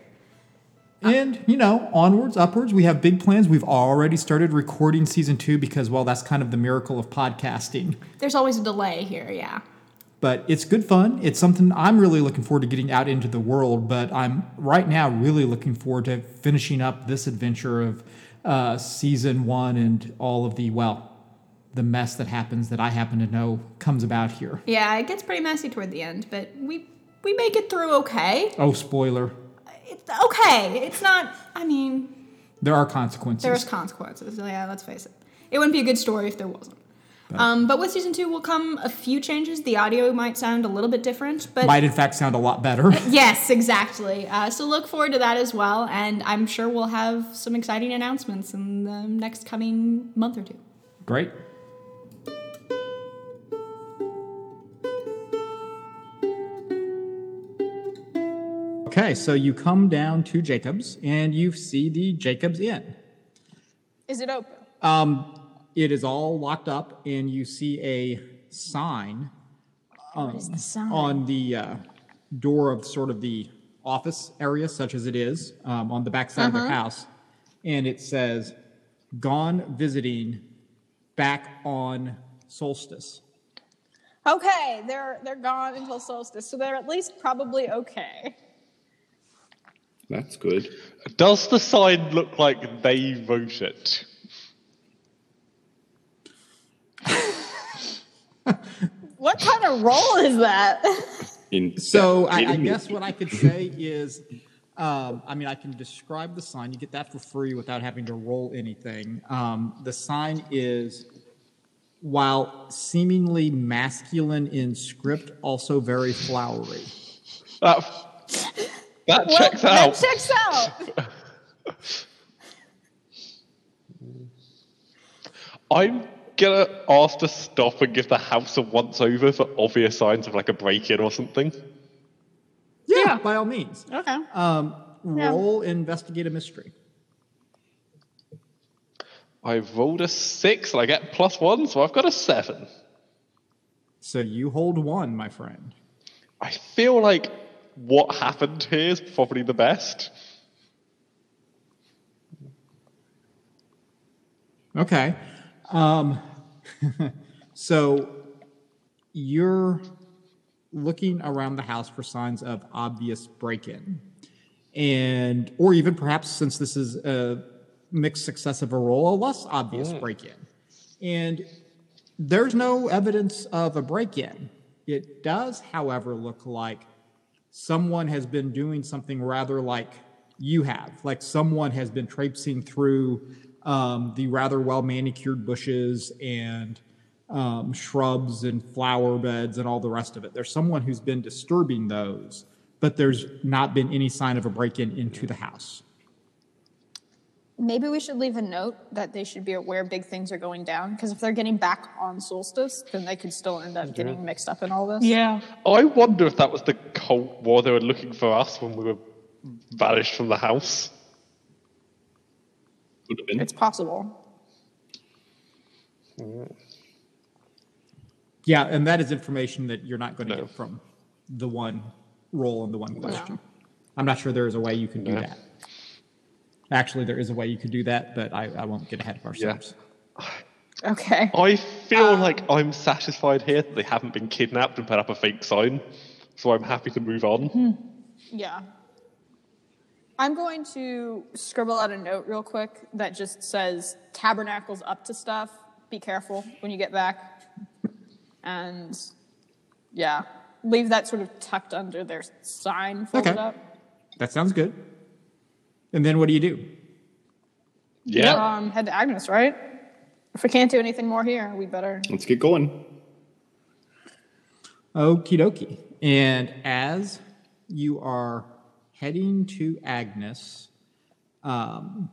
[SPEAKER 1] And, you know, onwards, upwards, we have big plans. We've already started recording season two because, well, that's kind of the miracle of podcasting.
[SPEAKER 6] There's always a delay here, yeah.
[SPEAKER 1] But it's good fun. It's something I'm really looking forward to getting out into the world. But I'm right now really looking forward to finishing up this adventure of uh, season one and all of the, well, the mess that happens that I happen to know comes about here.
[SPEAKER 6] Yeah, it gets pretty messy toward the end, but we we make it through okay.
[SPEAKER 1] Oh, spoiler.
[SPEAKER 6] It's okay. It's not. I mean,
[SPEAKER 1] There are consequences.
[SPEAKER 6] There's consequences. Yeah, let's face it. It wouldn't be a good story if there wasn't. Um, but with season two will come a few changes. The audio might sound a little bit different, but
[SPEAKER 1] Might, in fact, sound a lot better. <laughs>
[SPEAKER 6] yes, exactly. Uh, so look forward to that as well, and I'm sure we'll have some exciting announcements in the next coming month or two.
[SPEAKER 1] Great. Okay, so you come down to Jacob's and you see the Jacob's Inn.
[SPEAKER 4] Is it open?
[SPEAKER 1] Um, it is all locked up, and you see a sign, um, on the uh, door of sort of the office area, such as it is, um, on the backside
[SPEAKER 4] Uh-huh.
[SPEAKER 1] of the house, and it says, "Gone visiting, back on solstice."
[SPEAKER 4] Okay, they're they're gone until solstice, so they're at least probably okay.
[SPEAKER 5] That's good.
[SPEAKER 3] Does the sign look like they wrote it?
[SPEAKER 4] What kind of role is that? <laughs>
[SPEAKER 5] In
[SPEAKER 1] So I, I
[SPEAKER 5] Kidding me.
[SPEAKER 1] guess what I could say is, um, I mean, I can describe the sign. You get that for free without having to roll anything. Um, the sign is, while seemingly masculine in script, also very flowery.
[SPEAKER 3] That, that checks
[SPEAKER 4] That
[SPEAKER 3] out.
[SPEAKER 4] checks out.
[SPEAKER 3] I'm gonna ask to stop and give the house a once over for obvious signs of like a break in or something.
[SPEAKER 1] Yeah, by all means.
[SPEAKER 4] Okay.
[SPEAKER 1] Um, roll investigate a mystery.
[SPEAKER 3] I rolled a six and I get plus one, so I've got a seven.
[SPEAKER 1] So you hold one, my friend.
[SPEAKER 3] I feel like what happened here is probably the best.
[SPEAKER 1] Okay. Um, <laughs> so you're looking around the house for signs of obvious break-in, and or even perhaps since this is a mixed success of a role, a less obvious break-in, and there's no evidence of a break-in. It does, however, look like someone has been doing something rather like you have. Like someone has been traipsing through um, the rather well manicured bushes and um, shrubs and flower beds and all the rest of it. There's someone who's been disturbing those, but there's not been any sign of a break in into the house.
[SPEAKER 4] Maybe we should leave a note that they should be aware big things are going down because if they're getting back on solstice, then they could still end up getting mixed up in all this.
[SPEAKER 2] Yeah.
[SPEAKER 3] I wonder if that was the Cold War they were looking for us when we were vanished from the house.
[SPEAKER 5] Would have been.
[SPEAKER 4] It's possible.
[SPEAKER 1] Yeah, and that is information that you're not going to
[SPEAKER 3] No.
[SPEAKER 1] get from the one role and the one question. I'm not sure there is a way you can do
[SPEAKER 3] No.
[SPEAKER 1] that. Actually, there is a way you could do that, but I, I won't get ahead of ourselves.
[SPEAKER 4] Okay.
[SPEAKER 3] I feel
[SPEAKER 1] Um,
[SPEAKER 3] like I'm satisfied here that they haven't been kidnapped and put up a fake sign, so I'm happy to move on.
[SPEAKER 1] Mm-hmm.
[SPEAKER 4] Yeah. I'm going to scribble out a note real quick that just says tabernacles up to stuff. Be careful when you get back. And yeah, leave that sort of tucked under their sign folded
[SPEAKER 1] Okay.
[SPEAKER 4] up.
[SPEAKER 1] That sounds good. And then what do you do?
[SPEAKER 3] Yeah.
[SPEAKER 4] Um, head to Agnes, right? If we can't do anything more here, we better.
[SPEAKER 5] Let's get going.
[SPEAKER 1] Okie dokie. And as you are heading to Agnes, um,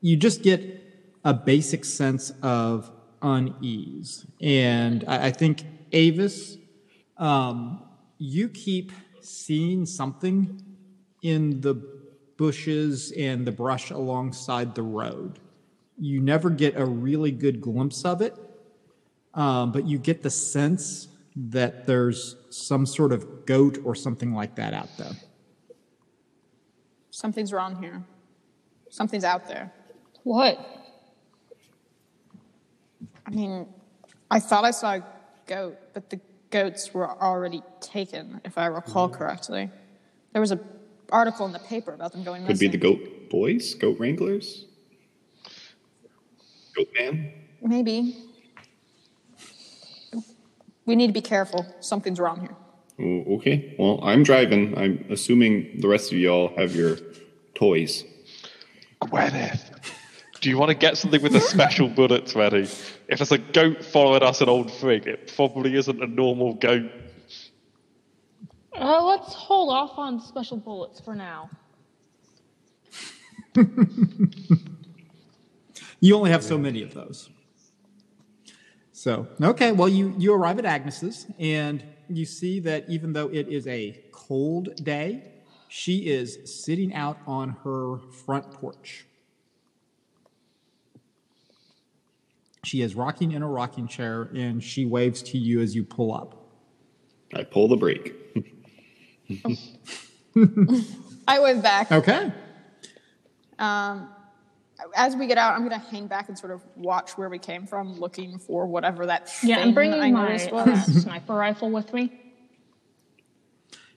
[SPEAKER 1] you just get a basic sense of unease. And I, I think, Avis, um, you keep seeing something in the bushes and the brush alongside the road. You never get a really good glimpse of it, um, but you get the sense that there's some sort of goat or something like that out there.
[SPEAKER 4] Something's wrong here. Something's out there.
[SPEAKER 2] What?
[SPEAKER 4] I mean, I thought I saw a goat, but the goats were already taken, if I recall
[SPEAKER 5] Mm-hmm.
[SPEAKER 4] correctly. There was a article in the paper about them going
[SPEAKER 5] Could be
[SPEAKER 4] missing.
[SPEAKER 5] the goat boys, goat wranglers, goat man.
[SPEAKER 4] Maybe. We need to be careful. Something's wrong here.
[SPEAKER 5] Oh, okay. Well, I'm driving. I'm assuming the rest of y'all have your toys.
[SPEAKER 3] Gwyneth, do you want to get something with the special bullets ready? If it's a goat following us an old frig, it probably isn't a normal goat.
[SPEAKER 2] Uh, let's hold off on special bullets for now.
[SPEAKER 1] You only have so many of those. So, okay, well, you, you arrive at Agnes's and you see that even though it is a cold day, she is sitting out on her front porch She is rocking in a rocking chair and she waves to you as you pull up.
[SPEAKER 5] I pull the brake.
[SPEAKER 4] I went back.
[SPEAKER 1] Okay.
[SPEAKER 5] Oh.
[SPEAKER 4] Um, as we get out, I'm gonna hang back and sort of watch where we came from, looking for whatever that
[SPEAKER 2] Yeah,
[SPEAKER 4] thing
[SPEAKER 2] I'm bringing
[SPEAKER 4] I
[SPEAKER 2] my
[SPEAKER 4] noticed
[SPEAKER 2] uh, <laughs>
[SPEAKER 4] was.
[SPEAKER 2] sniper rifle with me.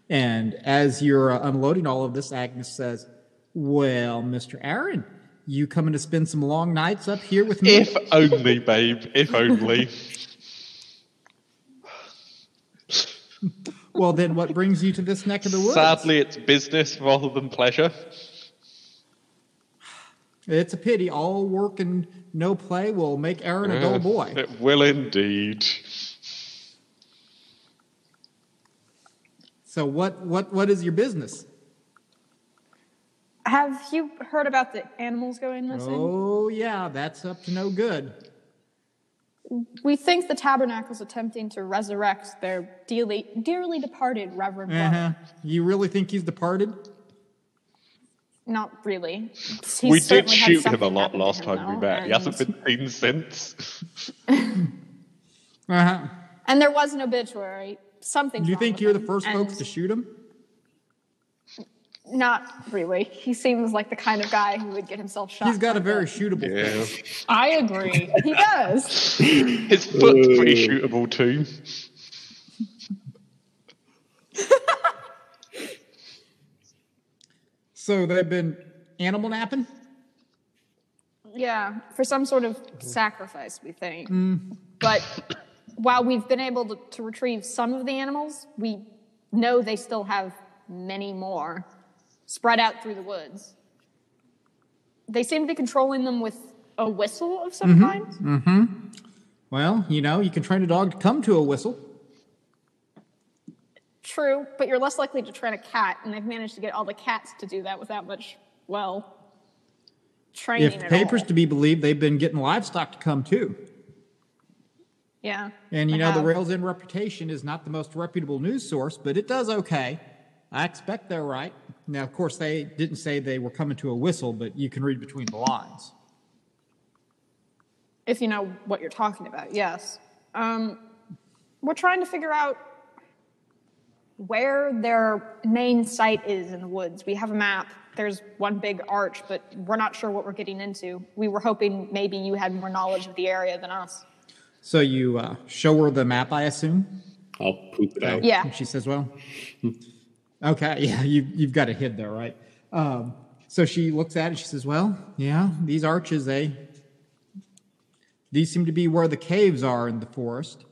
[SPEAKER 1] And as you're uh, unloading all of this, Agnes says, Well, Mr. Aaron, you coming to spend some long nights up here with me?
[SPEAKER 3] If only, babe.
[SPEAKER 1] <laughs>
[SPEAKER 3] If only.
[SPEAKER 1] well, then what brings you to this neck of the woods?
[SPEAKER 3] Sadly, it's business rather than pleasure.
[SPEAKER 1] It's a pity. All work and no play will make Aaron a dull boy.
[SPEAKER 3] It will indeed.
[SPEAKER 1] So what, what, what is your business?
[SPEAKER 4] <laughs> Have you heard about the animals going missing?
[SPEAKER 1] Oh, yeah, that's up to no good.
[SPEAKER 4] We think the tabernacle's attempting to resurrect their dearly, dearly departed Reverend
[SPEAKER 1] Uh-huh.
[SPEAKER 4] Brother.
[SPEAKER 1] You really think he's departed?
[SPEAKER 4] Not really. He's
[SPEAKER 3] we did
[SPEAKER 4] certainly had
[SPEAKER 3] shoot him a
[SPEAKER 4] something
[SPEAKER 3] lot
[SPEAKER 4] happen to
[SPEAKER 3] last
[SPEAKER 4] him,
[SPEAKER 3] time we
[SPEAKER 4] though,
[SPEAKER 3] met. He hasn't
[SPEAKER 4] and-
[SPEAKER 3] been seen since. <laughs>
[SPEAKER 1] Uh-huh.
[SPEAKER 4] And there was an obituary. Something.
[SPEAKER 1] You think you're the first folks to shoot him?
[SPEAKER 4] Not really. He seems like the kind of guy who would get himself shot.
[SPEAKER 1] He's got a
[SPEAKER 4] like
[SPEAKER 1] very
[SPEAKER 4] that.
[SPEAKER 1] shootable
[SPEAKER 3] Yeah.
[SPEAKER 1] face.
[SPEAKER 2] I agree.
[SPEAKER 4] He does.
[SPEAKER 3] His foot's pretty shootable too.
[SPEAKER 1] So they've been animal napping?
[SPEAKER 4] yeah, for some sort of sacrifice, we think.
[SPEAKER 1] Mm.
[SPEAKER 4] But while we've been able to, to retrieve some of the animals, we know they still have many more spread out through the woods. They seem to be controlling them with a whistle of some
[SPEAKER 1] Mm-hmm.
[SPEAKER 4] kind.
[SPEAKER 1] Well, you know, you can train a dog to come to a whistle.
[SPEAKER 4] True, but you're less likely to train a cat, and I've managed to get all the cats to do that without much, well, training
[SPEAKER 1] If the
[SPEAKER 4] at
[SPEAKER 1] papers
[SPEAKER 4] all.
[SPEAKER 1] to be believed, they've been getting livestock to come too.
[SPEAKER 4] yeah.
[SPEAKER 1] And you
[SPEAKER 4] I
[SPEAKER 1] know, the
[SPEAKER 4] have.
[SPEAKER 1] Rails End reputation is not the most reputable news source, but it does okay. I expect they're right. Now, of course, they didn't say they were coming to a whistle, but you can read between the lines.
[SPEAKER 4] If you know what you're talking about, yes. Um, we're trying to figure out where their main site is in the woods. We have a map. There's one big arch, but we're not sure what we're getting into. We were hoping maybe you had more knowledge of the area than us.
[SPEAKER 1] So you uh, show her the map, I assume.
[SPEAKER 5] I'll poop it out.
[SPEAKER 4] Yeah.
[SPEAKER 1] And she says, "Well, hmm, okay, <laughs> yeah, you, you've got it hid there, right?" Um, so she looks at it. She says, "Well, yeah, these arches, they these seem to be where the caves are in the forest.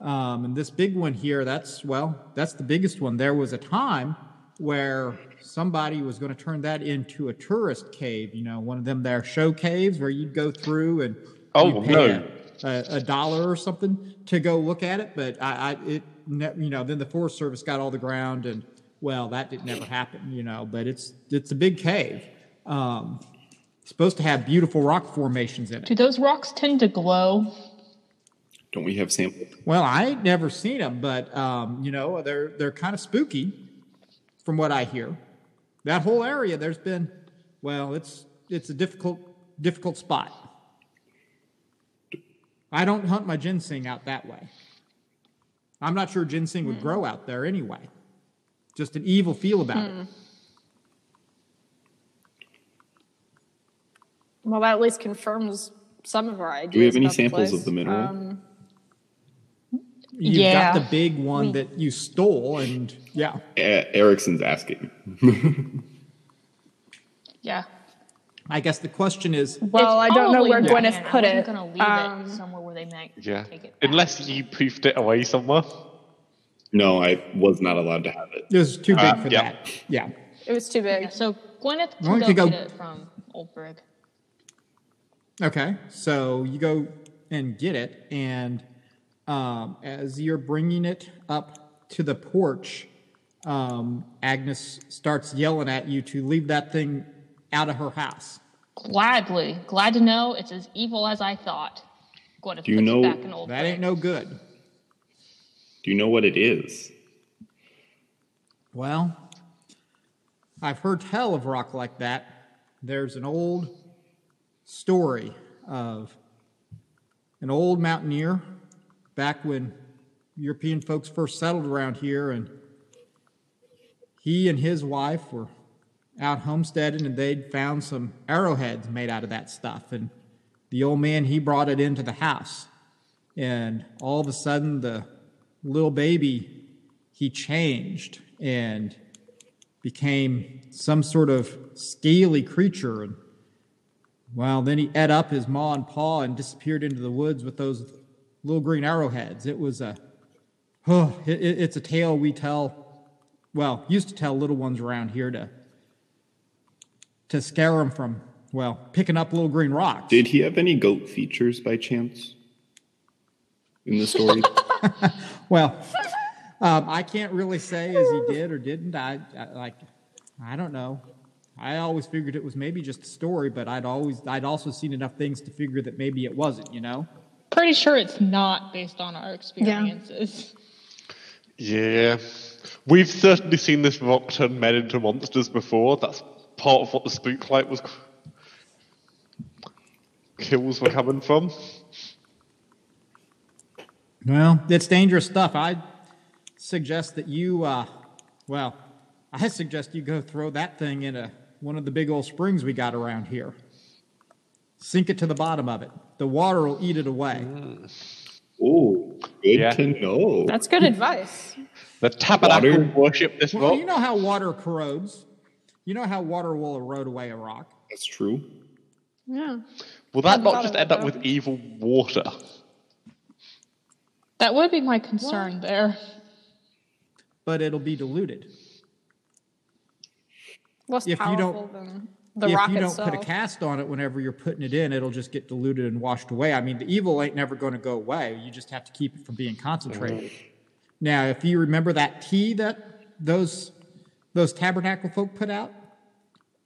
[SPEAKER 1] Um, and this big one here, that's well, that's the biggest one. There was a time where somebody was going to turn that into a tourist cave. You know, one of them there show caves where you'd go through and
[SPEAKER 3] Oh,
[SPEAKER 1] you pay
[SPEAKER 3] no.
[SPEAKER 1] a- a, a dollar or something to go look at it. But I, I it ne- you know then the Forest Service got all the ground and well that did never happen you know. But it's it's a big cave. Um, supposed to have beautiful rock formations in it.
[SPEAKER 2] Do those rocks tend to glow?
[SPEAKER 5] Don't we have samples?
[SPEAKER 1] Well, I ain't never seen them, but um, you know they're they're kind of spooky, from what I hear. That whole area, there's been, well, it's it's a difficult difficult spot. I don't hunt my ginseng out that way. I'm not sure ginseng would grow out there anyway. Just an evil feel about it.
[SPEAKER 4] Well, that at least confirms some of our ideas.
[SPEAKER 5] Do we have any
[SPEAKER 4] about the
[SPEAKER 5] samples
[SPEAKER 4] place.
[SPEAKER 5] of the mineral?
[SPEAKER 4] Um,
[SPEAKER 1] You've
[SPEAKER 2] Yeah.
[SPEAKER 1] got the big one that you stole, and yeah.
[SPEAKER 5] E- Erickson's asking.
[SPEAKER 2] Yeah.
[SPEAKER 1] I guess the question is,
[SPEAKER 4] well, I
[SPEAKER 2] It's
[SPEAKER 4] don't know
[SPEAKER 2] probably
[SPEAKER 4] where
[SPEAKER 2] in
[SPEAKER 4] Gwyneth
[SPEAKER 2] Japan.
[SPEAKER 4] put
[SPEAKER 2] I
[SPEAKER 4] it.
[SPEAKER 2] wasn't going to leave
[SPEAKER 4] Um,
[SPEAKER 2] it somewhere where they might
[SPEAKER 3] Yeah.
[SPEAKER 2] take it. back.
[SPEAKER 3] Unless you poofed it away somewhere.
[SPEAKER 5] No, I was not allowed to have it.
[SPEAKER 1] it was too big
[SPEAKER 3] Uh,
[SPEAKER 1] for
[SPEAKER 3] yeah.
[SPEAKER 1] that. Yeah.
[SPEAKER 4] It was too big.
[SPEAKER 2] Yeah, so Gwyneth
[SPEAKER 1] Why don't
[SPEAKER 2] can go,
[SPEAKER 1] you go-
[SPEAKER 2] get it from Old Brig.
[SPEAKER 1] Okay, so you go and get it, and um, as you're bringing it up to the porch, um, Agnes starts yelling at you to leave that thing out of her house.
[SPEAKER 2] Gladly. Glad to know it's as evil as I thought. Gwyneth
[SPEAKER 5] Do you
[SPEAKER 2] puts
[SPEAKER 5] know-
[SPEAKER 2] it back in Old
[SPEAKER 1] That
[SPEAKER 2] Brig.
[SPEAKER 1] ain't no good.
[SPEAKER 5] Do you know what it is?
[SPEAKER 1] Well, I've heard tell of rock like that. There's an old story of an old mountaineer back when European folks first settled around here, and he and his wife were out homesteading and they'd found some arrowheads made out of that stuff. And the old man, he brought it into the house. And all of a sudden, the little baby, he changed and became some sort of scaly creature. And well, then he ate up his ma and pa and disappeared into the woods with those little green arrowheads. It was a, oh, it, it- it's a tale we tell, well, used to tell little ones around here to to scare them from, well, picking up little green rocks.
[SPEAKER 5] Did he have any goat features by chance in the story?
[SPEAKER 1] Well, um, I can't really say as he did or didn't. I, I like, I don't know. I always figured it was maybe just a story, but I'd always, I'd also seen enough things to figure that maybe it wasn't. You know?
[SPEAKER 2] Pretty sure it's not based on our experiences.
[SPEAKER 3] Yeah. We've certainly seen this rock turn men into monsters before. That's part of what the spook light was. Kills were coming from.
[SPEAKER 1] Well, it's dangerous stuff. I suggest that you, uh, well, I suggest you go throw that thing in a, one of the big old springs we got around here. Sink it to the bottom of it. The water will eat it away.
[SPEAKER 5] oh, good
[SPEAKER 3] Yeah.
[SPEAKER 5] to know.
[SPEAKER 2] <laughs>
[SPEAKER 4] That's good advice.
[SPEAKER 3] The tabernacle
[SPEAKER 5] Water.
[SPEAKER 3] worship this
[SPEAKER 1] Well,
[SPEAKER 3] rock.
[SPEAKER 1] you know how water corrodes. You know how water will erode away a rock.
[SPEAKER 5] That's true.
[SPEAKER 4] Yeah.
[SPEAKER 3] Will that
[SPEAKER 4] thought
[SPEAKER 3] not just
[SPEAKER 4] of
[SPEAKER 3] end
[SPEAKER 4] that.
[SPEAKER 3] up with evil water?
[SPEAKER 2] That would be my concern there.
[SPEAKER 1] but it'll be diluted.
[SPEAKER 4] Less
[SPEAKER 1] If you don't-
[SPEAKER 4] powerful than the
[SPEAKER 1] if
[SPEAKER 4] rock
[SPEAKER 1] you don't
[SPEAKER 4] itself.
[SPEAKER 1] put a cast on it whenever you're putting it in, it'll just get diluted and washed away. I mean, the evil ain't never going to go away. You just have to keep it from being concentrated. Now, if you remember that tea that those those tabernacle folk put out,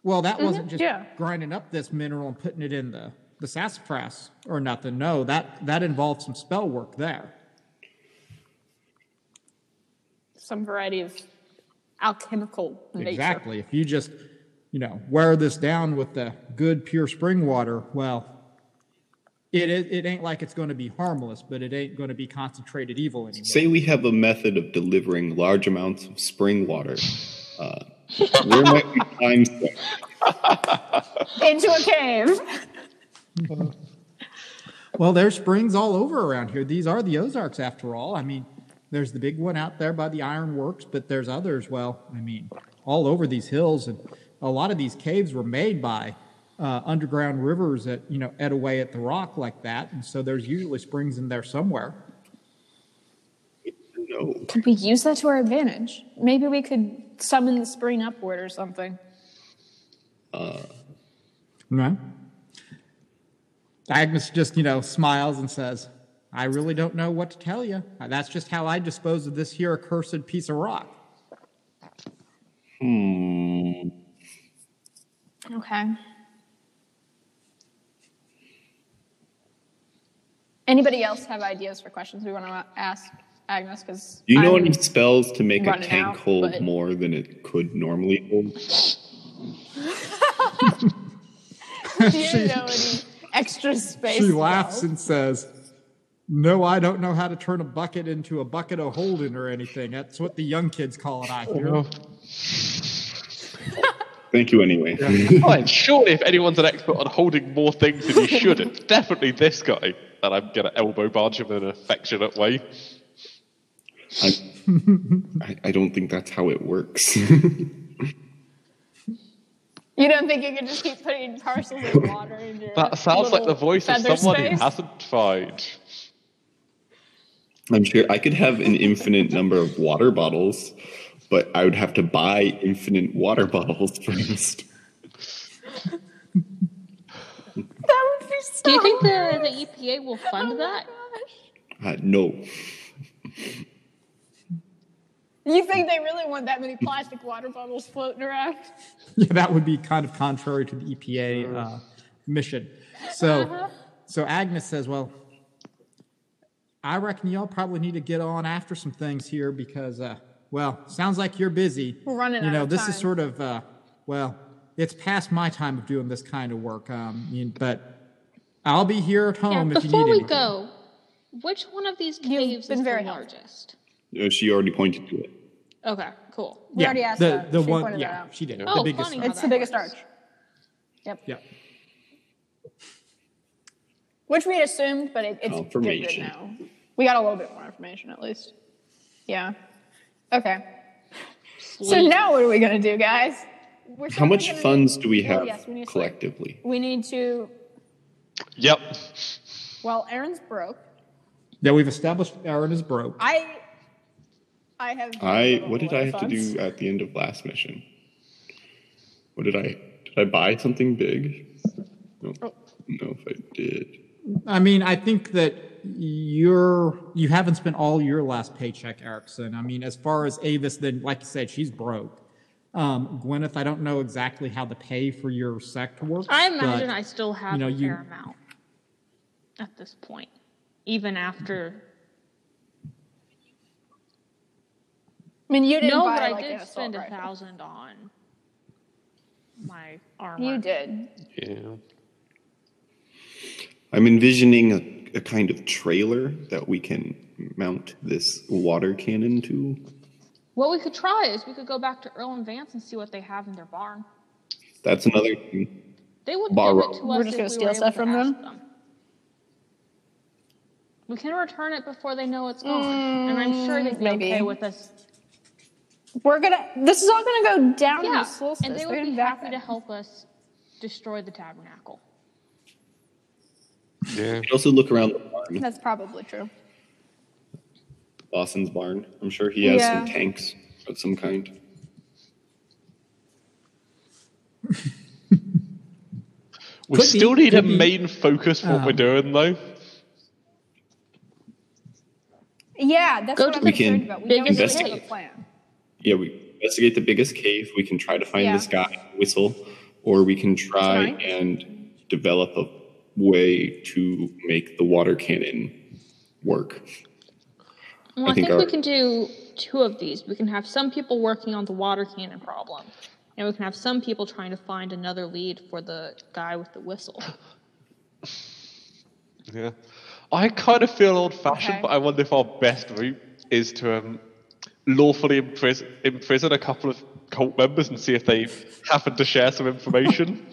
[SPEAKER 1] well, that wasn't just
[SPEAKER 4] Mm-hmm. yeah.
[SPEAKER 1] grinding up this mineral and putting it in the the sassafras or nothing. No, that that involved some spell work there.
[SPEAKER 4] Some variety of alchemical nature.
[SPEAKER 1] Exactly. If you just, you know, wear this down with the good pure spring water, well, it it, it ain't like it's going to be harmless, but it ain't going to be concentrated evil anymore.
[SPEAKER 5] Say we have a method of delivering large amounts of spring water. Uh, where might we find some?
[SPEAKER 4] Into a cave.
[SPEAKER 1] Well, there's springs all over around here. These are the Ozarks, after all. I mean, there's the big one out there by the Iron Works, but there's others. Well, I mean, all over these hills, and a lot of these caves were made by uh, underground rivers that you know ate away at the rock like that, and so there's usually springs in there somewhere.
[SPEAKER 5] No.
[SPEAKER 4] Could we use that to our advantage? Maybe we could summon the spring upward or something.
[SPEAKER 1] Right. Agnes just, you know, smiles and says, I really don't know what to tell you. That's just how I dispose of this here accursed piece of rock.
[SPEAKER 5] Hmm.
[SPEAKER 4] Okay. Anybody else have ideas for questions we want to ask Agnes? Because
[SPEAKER 5] Do you know any spells to make a
[SPEAKER 4] running
[SPEAKER 5] tank
[SPEAKER 4] out,
[SPEAKER 5] hold
[SPEAKER 4] but-
[SPEAKER 5] more than it could normally hold?
[SPEAKER 4] Do you know any extra space?
[SPEAKER 1] She laughs and says, No, I don't know how to turn a bucket into a bucket of holding or anything. That's what the young kids call it out
[SPEAKER 3] Oh,
[SPEAKER 1] here.
[SPEAKER 5] Thank you anyway.
[SPEAKER 3] Fine, surely if anyone's an expert on holding more things than you should, it's definitely this guy. And I'm going to elbow barge him in an affectionate way.
[SPEAKER 5] I'm- I, I don't think that's how it works. <laughs>
[SPEAKER 4] You don't think you could just keep putting parcels
[SPEAKER 1] <laughs>
[SPEAKER 4] of water in your
[SPEAKER 3] That sounds like the
[SPEAKER 4] little
[SPEAKER 3] voice of
[SPEAKER 4] feather
[SPEAKER 3] someone who
[SPEAKER 4] space?
[SPEAKER 3] hasn't tried.
[SPEAKER 5] I'm sure I could have an infinite number of water bottles, but I would have to buy infinite water bottles <laughs> first.
[SPEAKER 4] <laughs> That would be so.
[SPEAKER 2] Do you
[SPEAKER 4] <laughs>
[SPEAKER 2] think the, the EPA E will
[SPEAKER 4] Um,
[SPEAKER 2] fund that?
[SPEAKER 5] Uh, no.
[SPEAKER 4] You think they really want that many plastic water bottles floating around?
[SPEAKER 1] <laughs> Yeah, that would be kind of contrary to the EPA uh, mission.
[SPEAKER 4] Uh-huh.
[SPEAKER 1] So, so Agnes says, "Well, I reckon y'all probably need to get on after some things here because, uh, well, sounds like you're busy.
[SPEAKER 4] We're running
[SPEAKER 1] You
[SPEAKER 4] out
[SPEAKER 1] know,
[SPEAKER 4] of
[SPEAKER 1] this
[SPEAKER 4] time.
[SPEAKER 1] is sort of, uh, well, it's past my time of doing this kind of work. Um, you- but I'll be here at
[SPEAKER 2] Yeah,
[SPEAKER 1] home if you need
[SPEAKER 2] before we
[SPEAKER 1] anything.
[SPEAKER 2] go, which one of these caves
[SPEAKER 4] been
[SPEAKER 2] is
[SPEAKER 4] very
[SPEAKER 2] the
[SPEAKER 4] helpful.
[SPEAKER 2] largest?
[SPEAKER 5] Uh, she already pointed to it.
[SPEAKER 2] Okay, cool.
[SPEAKER 4] We already asked
[SPEAKER 1] the,
[SPEAKER 4] that.
[SPEAKER 1] The
[SPEAKER 4] She
[SPEAKER 1] one,
[SPEAKER 4] pointed that
[SPEAKER 1] yeah,
[SPEAKER 4] out.
[SPEAKER 1] she did.
[SPEAKER 3] Yeah.
[SPEAKER 1] The
[SPEAKER 2] Oh,
[SPEAKER 1] biggest
[SPEAKER 2] funny.
[SPEAKER 1] one.
[SPEAKER 2] how
[SPEAKER 4] It's the
[SPEAKER 2] that
[SPEAKER 4] biggest
[SPEAKER 2] works.
[SPEAKER 4] arch. Yep.
[SPEAKER 1] Yeah.
[SPEAKER 4] Which we had assumed, but it, it's good to
[SPEAKER 5] Confirmation.
[SPEAKER 4] know. We got a little bit more information at least. Yeah. Okay. So now what are we gonna do, guys? We're
[SPEAKER 5] How much
[SPEAKER 4] certainly gonna need-
[SPEAKER 5] funds do we
[SPEAKER 4] Well,
[SPEAKER 5] have
[SPEAKER 4] Oh, yes, we need to-
[SPEAKER 5] collectively?
[SPEAKER 4] We need to.
[SPEAKER 3] Yep.
[SPEAKER 4] Well, Aaron's broke.
[SPEAKER 1] Now we've established Aaron is broke.
[SPEAKER 4] I. I have.
[SPEAKER 5] I what did I have
[SPEAKER 4] funds.
[SPEAKER 5] to do at the end of last mission? What did I did I buy something big? No,
[SPEAKER 4] Oh.
[SPEAKER 5] no, if I did.
[SPEAKER 1] I mean, I think that you're you haven't spent all your last paycheck, Erickson. I mean, as far as Avis, then like you said, she's broke. Um, Gwyneth, I don't know exactly how the pay for your sect works.
[SPEAKER 2] I imagine
[SPEAKER 1] but
[SPEAKER 2] I still have
[SPEAKER 1] you know,
[SPEAKER 2] a
[SPEAKER 1] you-
[SPEAKER 2] fair amount at this point, even after.
[SPEAKER 4] I mean, you didn't
[SPEAKER 2] No,
[SPEAKER 4] buy
[SPEAKER 2] but I
[SPEAKER 4] like, an
[SPEAKER 2] did
[SPEAKER 4] assault
[SPEAKER 2] spend a
[SPEAKER 4] rifle.
[SPEAKER 2] thousand on my armor.
[SPEAKER 4] You did.
[SPEAKER 3] Yeah.
[SPEAKER 5] I'm envisioning a, a kind of trailer that we can mount this water cannon to.
[SPEAKER 2] What we could try is we could go back to Earl and Vance and see what they have in their barn.
[SPEAKER 5] That's another thing.
[SPEAKER 2] They would
[SPEAKER 5] Borrow.
[SPEAKER 2] give it to us.
[SPEAKER 4] We're just
[SPEAKER 2] if
[SPEAKER 4] gonna
[SPEAKER 2] we
[SPEAKER 4] steal
[SPEAKER 2] were able
[SPEAKER 4] stuff
[SPEAKER 2] to
[SPEAKER 4] from
[SPEAKER 2] ask
[SPEAKER 4] them?
[SPEAKER 2] We can return it before they know it's gone, and I'm sure they'd be
[SPEAKER 4] Mm, maybe.
[SPEAKER 2] okay with us.
[SPEAKER 4] We're gonna. This is all gonna go down in
[SPEAKER 2] Yeah,
[SPEAKER 4] the solstice.
[SPEAKER 2] and they
[SPEAKER 4] They're
[SPEAKER 2] would be
[SPEAKER 4] gonna back
[SPEAKER 2] happy to
[SPEAKER 4] that.
[SPEAKER 2] help us destroy the tabernacle.
[SPEAKER 3] Yeah.
[SPEAKER 5] You also look around the barn,
[SPEAKER 4] That's probably true.
[SPEAKER 5] Dawson's barn. I'm sure he has some
[SPEAKER 4] Yeah.
[SPEAKER 5] tanks of some kind.
[SPEAKER 3] We
[SPEAKER 1] Could be,
[SPEAKER 3] still need a
[SPEAKER 1] could be.
[SPEAKER 3] main focus for what we're
[SPEAKER 1] Um,
[SPEAKER 3] doing, though.
[SPEAKER 4] Yeah, that's
[SPEAKER 2] Go
[SPEAKER 4] what
[SPEAKER 2] to
[SPEAKER 4] I'm
[SPEAKER 2] the
[SPEAKER 5] We can
[SPEAKER 4] concerned about. We don't really
[SPEAKER 2] biggest
[SPEAKER 4] have a
[SPEAKER 5] cave.
[SPEAKER 4] plan.
[SPEAKER 5] Yeah, we investigate the biggest cave. We can try to find
[SPEAKER 4] Yeah.
[SPEAKER 5] this guy, Whistle, or we can try
[SPEAKER 4] Tonight?
[SPEAKER 5] and develop a way to make the water cannon work.
[SPEAKER 2] Well,
[SPEAKER 5] I
[SPEAKER 2] I think,
[SPEAKER 5] think our-
[SPEAKER 2] we can do two of these. We can have some people working on the water cannon problem, and we can have some people trying to find another lead for the guy with the whistle.
[SPEAKER 3] Yeah. I kind of feel old fashioned,
[SPEAKER 4] Okay.
[SPEAKER 3] but I wonder if our best route is to um, lawfully imprison, imprison a couple of cult members and see if they happen to share some information.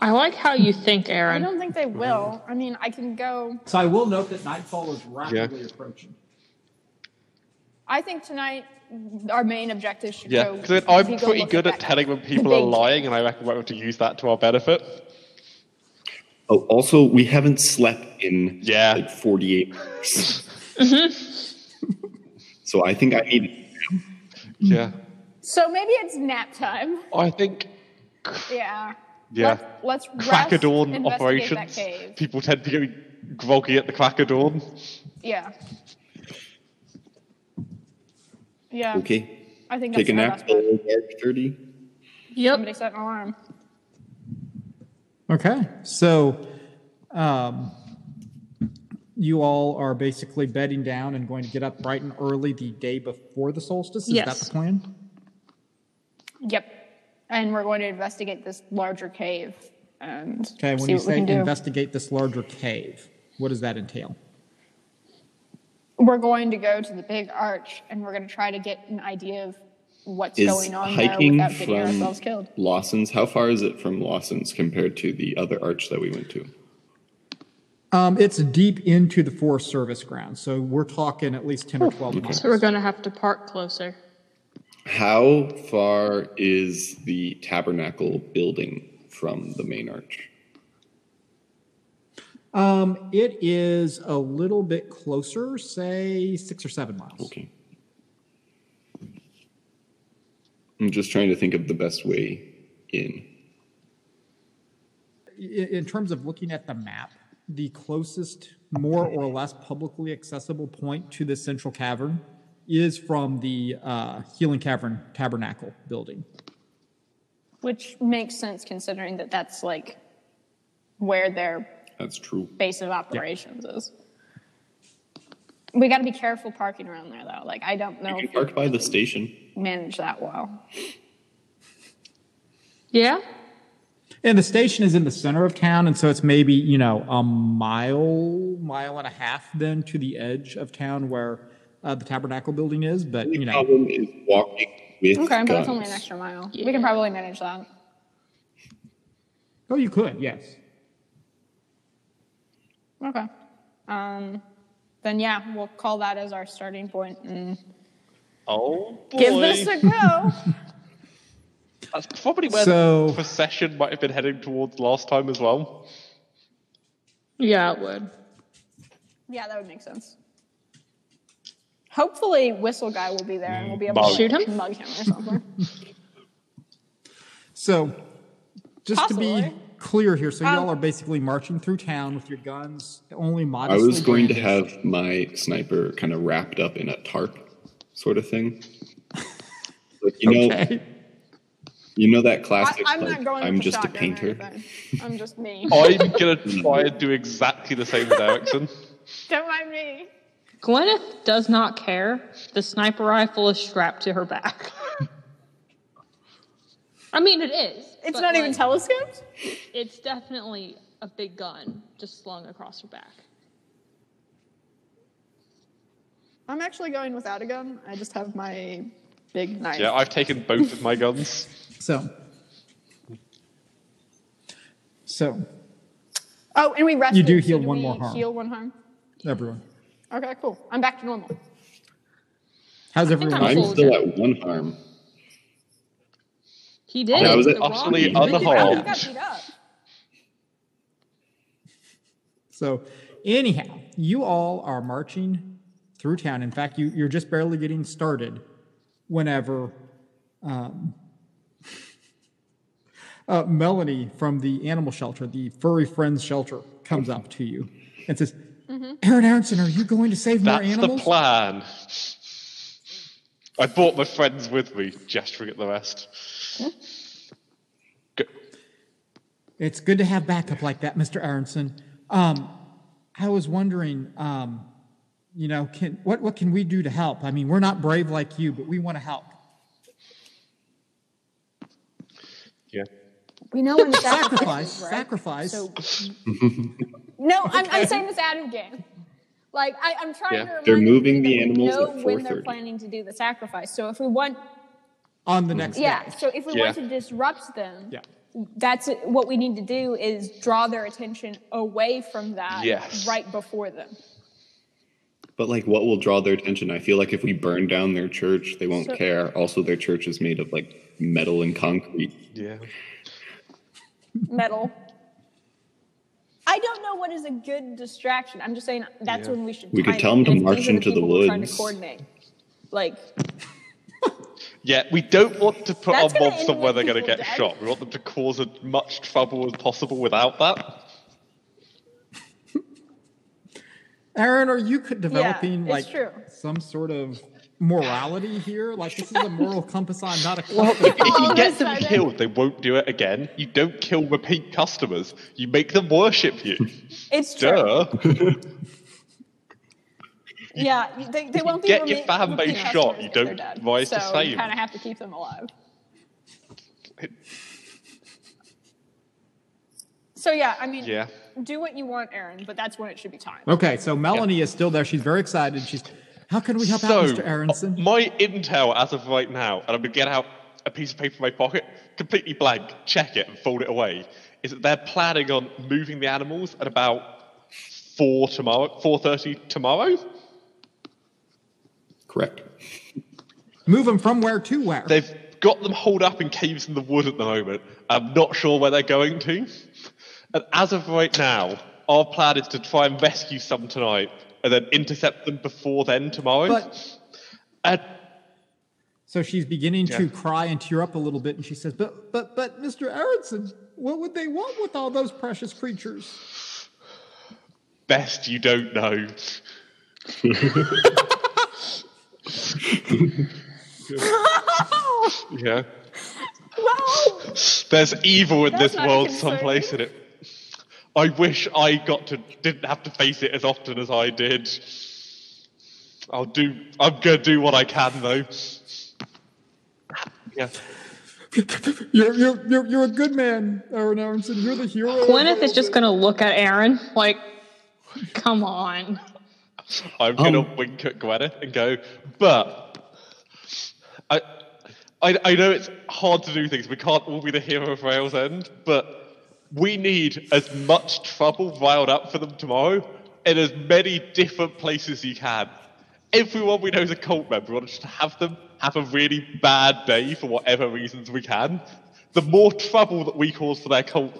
[SPEAKER 2] I like how you think,
[SPEAKER 4] I
[SPEAKER 2] Aaron.
[SPEAKER 4] don't think they will. I mean, I can go.
[SPEAKER 1] So I will note that nightfall is rapidly
[SPEAKER 3] Yeah.
[SPEAKER 1] approaching.
[SPEAKER 4] I think tonight our main objective should
[SPEAKER 3] yeah.
[SPEAKER 4] go.
[SPEAKER 3] Because then I'm
[SPEAKER 4] be go
[SPEAKER 3] pretty
[SPEAKER 4] look
[SPEAKER 3] good at
[SPEAKER 4] that-
[SPEAKER 3] telling when
[SPEAKER 4] the
[SPEAKER 3] people are
[SPEAKER 4] big
[SPEAKER 3] lying, and I reckon we're able to use that to our benefit.
[SPEAKER 5] Oh, also, we haven't slept in
[SPEAKER 3] Yeah.
[SPEAKER 5] like 48 hours.
[SPEAKER 4] <laughs>
[SPEAKER 5] Mm-hmm. so I think I need.
[SPEAKER 4] Mm.
[SPEAKER 3] Yeah.
[SPEAKER 4] So maybe it's nap time.
[SPEAKER 3] I think.
[SPEAKER 4] Yeah.
[SPEAKER 3] Yeah.
[SPEAKER 4] Let's, let's
[SPEAKER 3] <laughs> crack of
[SPEAKER 4] rest,
[SPEAKER 3] dawn
[SPEAKER 4] investigate
[SPEAKER 3] operations.
[SPEAKER 4] That cave.
[SPEAKER 3] People tend to get groggy at the crack of dawn.
[SPEAKER 4] Yeah. Yeah.
[SPEAKER 5] Okay.
[SPEAKER 4] I think
[SPEAKER 5] Take a
[SPEAKER 4] that's
[SPEAKER 5] nap
[SPEAKER 4] the
[SPEAKER 5] till
[SPEAKER 4] best bet.
[SPEAKER 5] dark 30.
[SPEAKER 4] Somebody set an alarm.
[SPEAKER 1] Okay, so um, you all are basically bedding down and going to get up bright and early the day before the solstice. Is that
[SPEAKER 2] Yes.
[SPEAKER 1] the plan?
[SPEAKER 4] Yep. And we're going to investigate this larger cave and
[SPEAKER 1] Okay, when
[SPEAKER 4] see
[SPEAKER 1] you
[SPEAKER 4] what we
[SPEAKER 1] say
[SPEAKER 4] can do.
[SPEAKER 1] investigate this larger cave, what does that entail?
[SPEAKER 4] we're going to go to the big arch and we're going to try to get an idea of what's
[SPEAKER 5] Is
[SPEAKER 4] going on uh, there
[SPEAKER 5] hiking
[SPEAKER 4] without getting
[SPEAKER 5] from
[SPEAKER 4] ourselves killed.
[SPEAKER 5] Lawson's? How far is it from Lawson's compared to the other arch that we went to?
[SPEAKER 1] Um, it's deep into the Forest Service grounds, so we're talking at least 10 or 12 miles.
[SPEAKER 2] Oh, So we're going to have to park closer.
[SPEAKER 5] How far is the tabernacle building from the main arch?
[SPEAKER 1] Um, it is a little bit closer, say six or seven miles.
[SPEAKER 5] Okay. I'm just trying to think of the best way in.
[SPEAKER 1] I- in terms of looking at the map, the closest, more or less publicly accessible point to the central cavern is from the uh, Healing Cavern Tabernacle building.
[SPEAKER 4] Which makes sense considering that that's like where their
[SPEAKER 5] That's true.
[SPEAKER 4] base of operations is. We got to be careful parking around there though. Like I don't know
[SPEAKER 5] You can
[SPEAKER 4] if we
[SPEAKER 5] park by the station.
[SPEAKER 4] manage that well.
[SPEAKER 2] Yeah?
[SPEAKER 1] And the station is in the center of town, and so it's maybe, you know, a mile, mile and a half then to the edge of town where uh, the Tabernacle building is. But, you
[SPEAKER 5] The
[SPEAKER 1] know,
[SPEAKER 5] problem is walking with
[SPEAKER 4] Okay, but
[SPEAKER 5] guns.
[SPEAKER 4] that's only an extra mile. We can probably manage that.
[SPEAKER 1] oh, you could, yes.
[SPEAKER 4] Okay. Um, then yeah, we'll call that as our starting point and
[SPEAKER 3] Oh boy,
[SPEAKER 4] give this a
[SPEAKER 5] <laughs>
[SPEAKER 4] go.
[SPEAKER 3] that's probably where
[SPEAKER 1] So-
[SPEAKER 3] the procession might have been heading towards last time as well. <laughs>
[SPEAKER 2] Yeah, it would.
[SPEAKER 4] yeah, that would make sense. Hopefully, Whistle Guy will be there and we'll be able
[SPEAKER 3] Mug.
[SPEAKER 4] to
[SPEAKER 2] Shoot him?
[SPEAKER 4] mug him or
[SPEAKER 5] <laughs>
[SPEAKER 4] something.
[SPEAKER 1] So, just to be
[SPEAKER 4] Possibly.
[SPEAKER 1] clear here, so y'all
[SPEAKER 4] Um,
[SPEAKER 1] are basically marching through town with your guns only
[SPEAKER 5] I
[SPEAKER 1] modestly.
[SPEAKER 5] was going to
[SPEAKER 1] brandished.
[SPEAKER 5] have my sniper kind of wrapped up in a tarp sort of thing. But you know,
[SPEAKER 1] Okay.
[SPEAKER 5] you know that
[SPEAKER 4] I,
[SPEAKER 5] classic.
[SPEAKER 4] I'm
[SPEAKER 5] like,
[SPEAKER 4] not going.
[SPEAKER 5] I'm
[SPEAKER 4] with the
[SPEAKER 5] just a
[SPEAKER 4] shotgun or
[SPEAKER 5] painter.
[SPEAKER 4] anything. I'm just
[SPEAKER 1] <laughs>
[SPEAKER 4] me.
[SPEAKER 1] Oh.
[SPEAKER 3] I'm gonna try and do exactly the same with Erickson.
[SPEAKER 4] Don't mind me.
[SPEAKER 2] Gwyneth does not care. The sniper rifle is strapped to her back. <laughs> I mean, it is.
[SPEAKER 4] It's
[SPEAKER 2] but,
[SPEAKER 4] not even
[SPEAKER 2] like,
[SPEAKER 4] telescoped.
[SPEAKER 2] It's definitely a big gun just slung across her back.
[SPEAKER 4] I'm actually going without a gun. I just have my big knife.
[SPEAKER 3] Yeah, I've taken both of my guns.
[SPEAKER 4] <laughs>
[SPEAKER 1] So, so
[SPEAKER 4] oh, and we rested.
[SPEAKER 1] You do
[SPEAKER 4] so
[SPEAKER 1] heal one more
[SPEAKER 4] we
[SPEAKER 1] harm.
[SPEAKER 4] Heal one harm.
[SPEAKER 1] everyone,
[SPEAKER 4] Okay, cool. I'm back to
[SPEAKER 5] <laughs>
[SPEAKER 4] normal.
[SPEAKER 1] how's
[SPEAKER 2] think
[SPEAKER 1] everyone?
[SPEAKER 2] I'm
[SPEAKER 5] I'm
[SPEAKER 1] else?
[SPEAKER 2] full.
[SPEAKER 5] still
[SPEAKER 2] Soldier.
[SPEAKER 5] at one harm.
[SPEAKER 2] He did.
[SPEAKER 5] Yeah, I was
[SPEAKER 2] the
[SPEAKER 5] at-
[SPEAKER 2] wrong
[SPEAKER 3] Actually,
[SPEAKER 2] thing.
[SPEAKER 3] other
[SPEAKER 2] <laughs>
[SPEAKER 4] How
[SPEAKER 3] Oh.
[SPEAKER 4] did you got beat up?
[SPEAKER 1] So, anyhow, you all are marching through town. In fact, you, you're just barely getting started whenever um, <laughs> uh, Melanie from the animal shelter, the furry friends shelter, comes up to you and says, Aaron Aronson, are you going to save more
[SPEAKER 3] That's the
[SPEAKER 1] animals?
[SPEAKER 3] plan. I brought my friends with me, gesturing at the rest. Go-
[SPEAKER 1] It's good to have backup like that, Mr. Aronson. Um, I was wondering, um, you know, can, what, what can we do to help? I mean, we're not brave like you, but we want to help.
[SPEAKER 3] Yeah.
[SPEAKER 4] We know
[SPEAKER 1] <laughs>
[SPEAKER 4] when
[SPEAKER 1] Sacrifice, sacrifice.
[SPEAKER 4] No, I'm, I'm saying this out of game. Like I, I'm trying
[SPEAKER 3] Yeah.
[SPEAKER 4] to. Remind
[SPEAKER 5] They're
[SPEAKER 4] you
[SPEAKER 5] moving
[SPEAKER 4] that
[SPEAKER 5] the
[SPEAKER 4] we
[SPEAKER 5] animals
[SPEAKER 4] know
[SPEAKER 5] at
[SPEAKER 4] when they're
[SPEAKER 5] 4:30.
[SPEAKER 4] planning to do the sacrifice. So if we want,
[SPEAKER 1] on the next
[SPEAKER 4] yeah.
[SPEAKER 1] day.
[SPEAKER 4] So if we
[SPEAKER 3] Yeah.
[SPEAKER 4] want to disrupt them,
[SPEAKER 1] Yeah.
[SPEAKER 4] That's it. what we need to do is draw their attention away from that
[SPEAKER 3] Yes.
[SPEAKER 4] right before them.
[SPEAKER 5] But like, what will draw their attention? I feel like if we burn down their church, they won't care. Also, their church is made of like metal and concrete.
[SPEAKER 3] Yeah.
[SPEAKER 4] Metal. I don't know what is a good distraction. I'm just saying that's
[SPEAKER 3] Yeah.
[SPEAKER 4] when we should.
[SPEAKER 5] We could
[SPEAKER 4] time
[SPEAKER 5] tell
[SPEAKER 4] it,
[SPEAKER 5] 'em to
[SPEAKER 4] and it's
[SPEAKER 5] march
[SPEAKER 4] these are
[SPEAKER 5] into the
[SPEAKER 4] people we're Trying to
[SPEAKER 5] woods.
[SPEAKER 4] coordinate, like
[SPEAKER 3] Yeah, we don't want to put
[SPEAKER 4] That's
[SPEAKER 3] our
[SPEAKER 4] gonna
[SPEAKER 3] mobs
[SPEAKER 4] end
[SPEAKER 3] on where
[SPEAKER 4] with
[SPEAKER 3] they're going to
[SPEAKER 4] people
[SPEAKER 3] get
[SPEAKER 4] dead.
[SPEAKER 3] shot. We want them to cause as much trouble as possible without that.
[SPEAKER 1] Aaron, are you co- developing
[SPEAKER 4] it's
[SPEAKER 1] like
[SPEAKER 4] true.
[SPEAKER 1] some sort of morality here? Like this is a
[SPEAKER 4] <laughs>
[SPEAKER 1] moral compass I'm not a
[SPEAKER 3] Well,
[SPEAKER 1] compass.
[SPEAKER 3] if, if
[SPEAKER 4] All
[SPEAKER 3] you
[SPEAKER 4] of
[SPEAKER 3] get them
[SPEAKER 4] a sudden.
[SPEAKER 3] killed, they won't do it again. You don't kill repeat customers. You make them worship <laughs> you.
[SPEAKER 4] it's true.
[SPEAKER 3] Duh.
[SPEAKER 4] Yeah, you- they, they won't be
[SPEAKER 3] get
[SPEAKER 4] remi-
[SPEAKER 3] your fan base
[SPEAKER 4] repeat
[SPEAKER 3] shot,
[SPEAKER 4] customers
[SPEAKER 3] you
[SPEAKER 4] if they're
[SPEAKER 3] don't
[SPEAKER 4] dead.
[SPEAKER 3] rise
[SPEAKER 4] so
[SPEAKER 3] to
[SPEAKER 4] You
[SPEAKER 3] fame.
[SPEAKER 4] kind of have to keep them
[SPEAKER 3] <laughs>
[SPEAKER 4] alive. So yeah, I mean,
[SPEAKER 3] Yeah.
[SPEAKER 4] do what you want, Aaron, but that's when it should be time.
[SPEAKER 1] okay, so Melanie is still there. She's very excited. She's, how can we help
[SPEAKER 3] so, uh,
[SPEAKER 1] out, Mr. Aronson?
[SPEAKER 3] my intel as of right now, and I'm going to get out a piece of paper from my pocket, completely blank, check it and fold it away, is that they're planning on moving the animals at about 4 tomorrow, 4.30 tomorrow.
[SPEAKER 5] Correct.
[SPEAKER 1] Move them from where to where?
[SPEAKER 3] They've got them holed up in caves in the wood at the moment. I'm not sure where they're going to. And as of right now, our plan is to try and rescue some tonight and then intercept them before then tomorrow.
[SPEAKER 1] But-
[SPEAKER 3] and
[SPEAKER 1] so she's beginning to
[SPEAKER 3] Yeah.
[SPEAKER 1] cry and tear up a little bit, and she says, "But, but, but, Mr. Aronson, what would they want with all those precious creatures?"
[SPEAKER 3] best you don't know. <laughs> yeah.
[SPEAKER 4] Well,
[SPEAKER 3] There's evil in
[SPEAKER 4] That's
[SPEAKER 3] this
[SPEAKER 4] not a
[SPEAKER 3] world
[SPEAKER 4] concern.
[SPEAKER 3] someplace in it. I wish I got to didn't have to face it as often as I did. I'll do I'm gonna do what I can though. Yeah.
[SPEAKER 1] You're, you're, you're, you're a good man, Aaron Aronson. You're the hero. of
[SPEAKER 2] Gwyneth is
[SPEAKER 1] the-
[SPEAKER 2] just gonna look at Aaron like, come on.
[SPEAKER 3] I'm gonna wink at Gwyneth and go, but I, I, I know it's hard to do things. We can't all be the hero of Rails End, but we need as much trouble riled up for them tomorrow in as many different places you can. Everyone we know is a cult member. We want to just have them have a really bad day for whatever reasons we can. The more trouble that we cause for their cult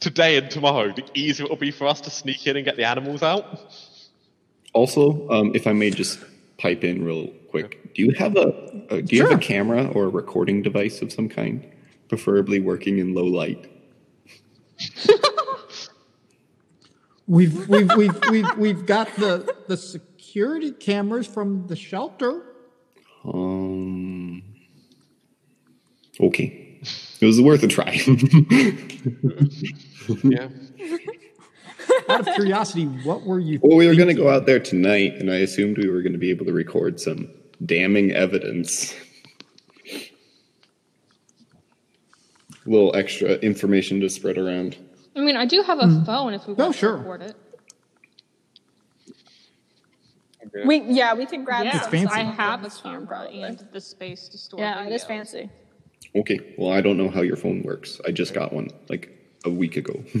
[SPEAKER 3] today and tomorrow, the easier it will be for us to sneak in and get the animals out.
[SPEAKER 5] Also, um, if I may just pipe in real quick, do you have a, a do you have a camera or a recording device of some kind, preferably working in low light?
[SPEAKER 1] We've, we've, we've, we've, we've got the, the security cameras from the shelter.
[SPEAKER 5] Um. Okay, it was worth a try. <laughs>
[SPEAKER 3] Yeah.
[SPEAKER 1] Out of curiosity, what were you?
[SPEAKER 5] well, we were going to
[SPEAKER 1] thinking?
[SPEAKER 5] go out there tonight, and I assumed we were going to be able to record some damning evidence. A little extra information to spread around.
[SPEAKER 2] I mean, I do have a phone if we want
[SPEAKER 1] Hmm. Oh, sure.
[SPEAKER 2] to record it.
[SPEAKER 4] We yeah, we could grab.
[SPEAKER 2] Yeah,
[SPEAKER 4] some
[SPEAKER 1] fancy.
[SPEAKER 2] I
[SPEAKER 4] stuff
[SPEAKER 2] have
[SPEAKER 4] from
[SPEAKER 2] a
[SPEAKER 4] this phone,
[SPEAKER 2] camera
[SPEAKER 4] probably.
[SPEAKER 2] and the space to store.
[SPEAKER 4] Yeah, it
[SPEAKER 2] video.
[SPEAKER 4] is fancy.
[SPEAKER 5] Okay. Well, I don't know how your phone works. I just got one like a week ago. <laughs> a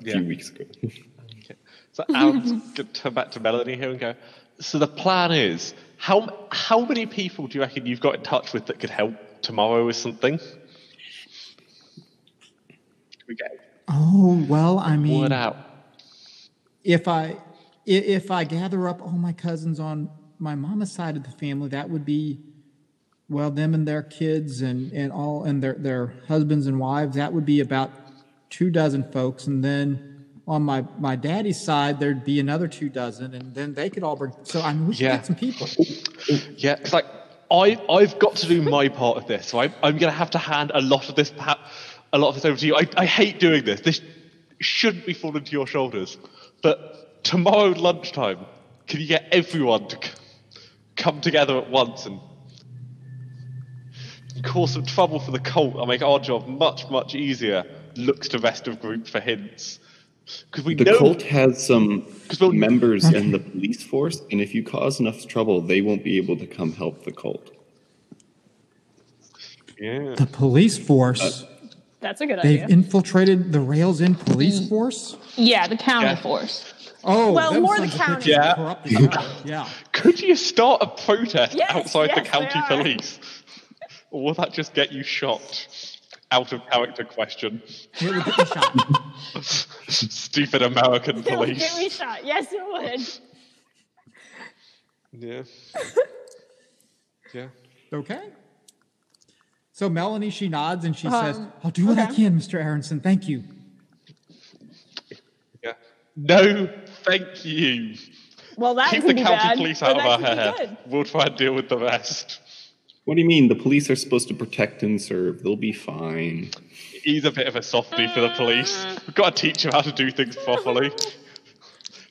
[SPEAKER 3] Yeah.
[SPEAKER 5] few weeks ago.
[SPEAKER 3] Okay. So Aaron's going to turn back to Melanie here and go. So the plan is how how many people do you reckon you've got in touch with that could help tomorrow with something? We get
[SPEAKER 1] Oh well, I mean,
[SPEAKER 3] word out.
[SPEAKER 1] if I i- if I gather up all my cousins on my mama's side of the family, that would be well them and their kids and and all and their their husbands and wives. That would be about two dozen folks, and then on my my daddy's side, there'd be another two dozen, and then they could all bring. So I mean, we could
[SPEAKER 3] Yeah.
[SPEAKER 1] get some people.
[SPEAKER 3] Yeah, it's like I I've got to do my part of this. So I'm I'm going to have to hand a lot of this pa- a lot of this over to you. I I hate doing this. This shouldn't be falling to your shoulders. But tomorrow lunchtime, can you get everyone to c- come together at once and cause some trouble for the cult and make our job much much easier? Looks to rest of group for hints. Because we
[SPEAKER 5] The
[SPEAKER 3] know
[SPEAKER 5] cult has some
[SPEAKER 3] 'Cause we'll-
[SPEAKER 5] members in
[SPEAKER 3] <laughs>
[SPEAKER 5] the police force, and if you cause enough trouble, they won't be able to come help the cult.
[SPEAKER 3] Yeah.
[SPEAKER 1] The police
[SPEAKER 5] Uh,
[SPEAKER 1] force.
[SPEAKER 4] That's a good
[SPEAKER 1] They've
[SPEAKER 4] <laughs> idea.
[SPEAKER 1] infiltrated the Rails End police force.
[SPEAKER 2] Yeah, the counter
[SPEAKER 3] Yeah.
[SPEAKER 2] force.
[SPEAKER 1] Oh,
[SPEAKER 4] Mm. Well,
[SPEAKER 1] them
[SPEAKER 4] more the
[SPEAKER 1] sons of bitches are
[SPEAKER 4] county.
[SPEAKER 3] Yeah.
[SPEAKER 1] corrupt as hell. Yeah.
[SPEAKER 3] Could you start a protest
[SPEAKER 4] Yes,
[SPEAKER 3] outside
[SPEAKER 4] yes,
[SPEAKER 3] the
[SPEAKER 4] they
[SPEAKER 3] county
[SPEAKER 4] are.
[SPEAKER 3] police? Or will that just get you shot? Out of character question.
[SPEAKER 1] It would get me shot.
[SPEAKER 3] Stupid American
[SPEAKER 4] It would get me
[SPEAKER 3] police.
[SPEAKER 4] shot. Yes, it would.
[SPEAKER 3] Yeah. Yeah.
[SPEAKER 1] Okay. So Melanie, she nods and she says,
[SPEAKER 4] Um,
[SPEAKER 1] I'll do what I
[SPEAKER 4] okay.
[SPEAKER 1] can, Mr. Aronson. Thank you.
[SPEAKER 3] Yeah. No, thank you.
[SPEAKER 4] Well, that
[SPEAKER 3] Keep
[SPEAKER 4] could
[SPEAKER 3] the
[SPEAKER 4] be
[SPEAKER 3] county
[SPEAKER 4] bad,
[SPEAKER 3] police
[SPEAKER 4] but
[SPEAKER 3] out of our
[SPEAKER 4] that
[SPEAKER 3] hair.
[SPEAKER 4] could be good.
[SPEAKER 3] We'll try and deal with the rest.
[SPEAKER 5] What do you mean? The police are supposed to protect and serve. They'll be fine.
[SPEAKER 3] He's a bit of a softie for the police. We've got to teach him how to do things properly.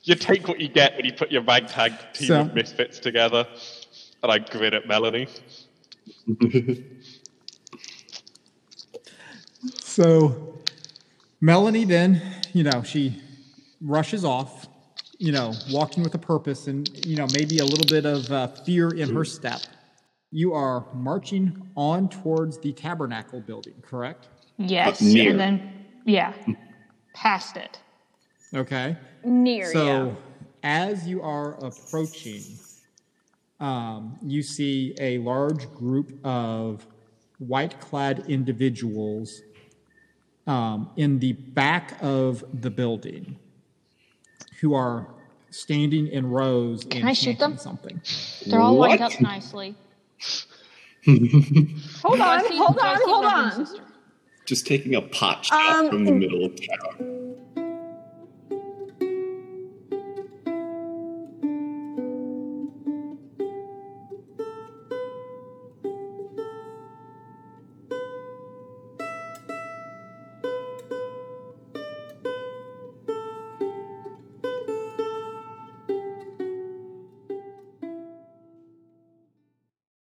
[SPEAKER 3] You take what you get when you put your ragtag team
[SPEAKER 1] So-
[SPEAKER 3] of misfits together. And I grin at Melanie.
[SPEAKER 1] So Melanie then, you know, she rushes off, you know, walking with a purpose and, you know, maybe a little bit of uh, fear in her step. You are marching on towards the tabernacle building, correct?
[SPEAKER 2] Yes,
[SPEAKER 5] near.
[SPEAKER 2] and then yeah, past it.
[SPEAKER 1] Okay.
[SPEAKER 4] Near, yeah.
[SPEAKER 1] So, as you are approaching, um, you see a large group of white clad individuals um, in the back of the building who are standing in rows and
[SPEAKER 2] I shoot
[SPEAKER 1] chanting
[SPEAKER 2] them?
[SPEAKER 1] something.
[SPEAKER 2] They're all lined
[SPEAKER 5] What?
[SPEAKER 2] up
[SPEAKER 5] <laughs>
[SPEAKER 2] nicely.
[SPEAKER 4] Hold on,
[SPEAKER 2] Do I see-
[SPEAKER 4] hold
[SPEAKER 2] do I
[SPEAKER 4] on,
[SPEAKER 2] see
[SPEAKER 4] hold
[SPEAKER 2] brother and
[SPEAKER 4] on.
[SPEAKER 2] sister?
[SPEAKER 5] Just taking a pot shot
[SPEAKER 4] Um,
[SPEAKER 5] from the middle of town.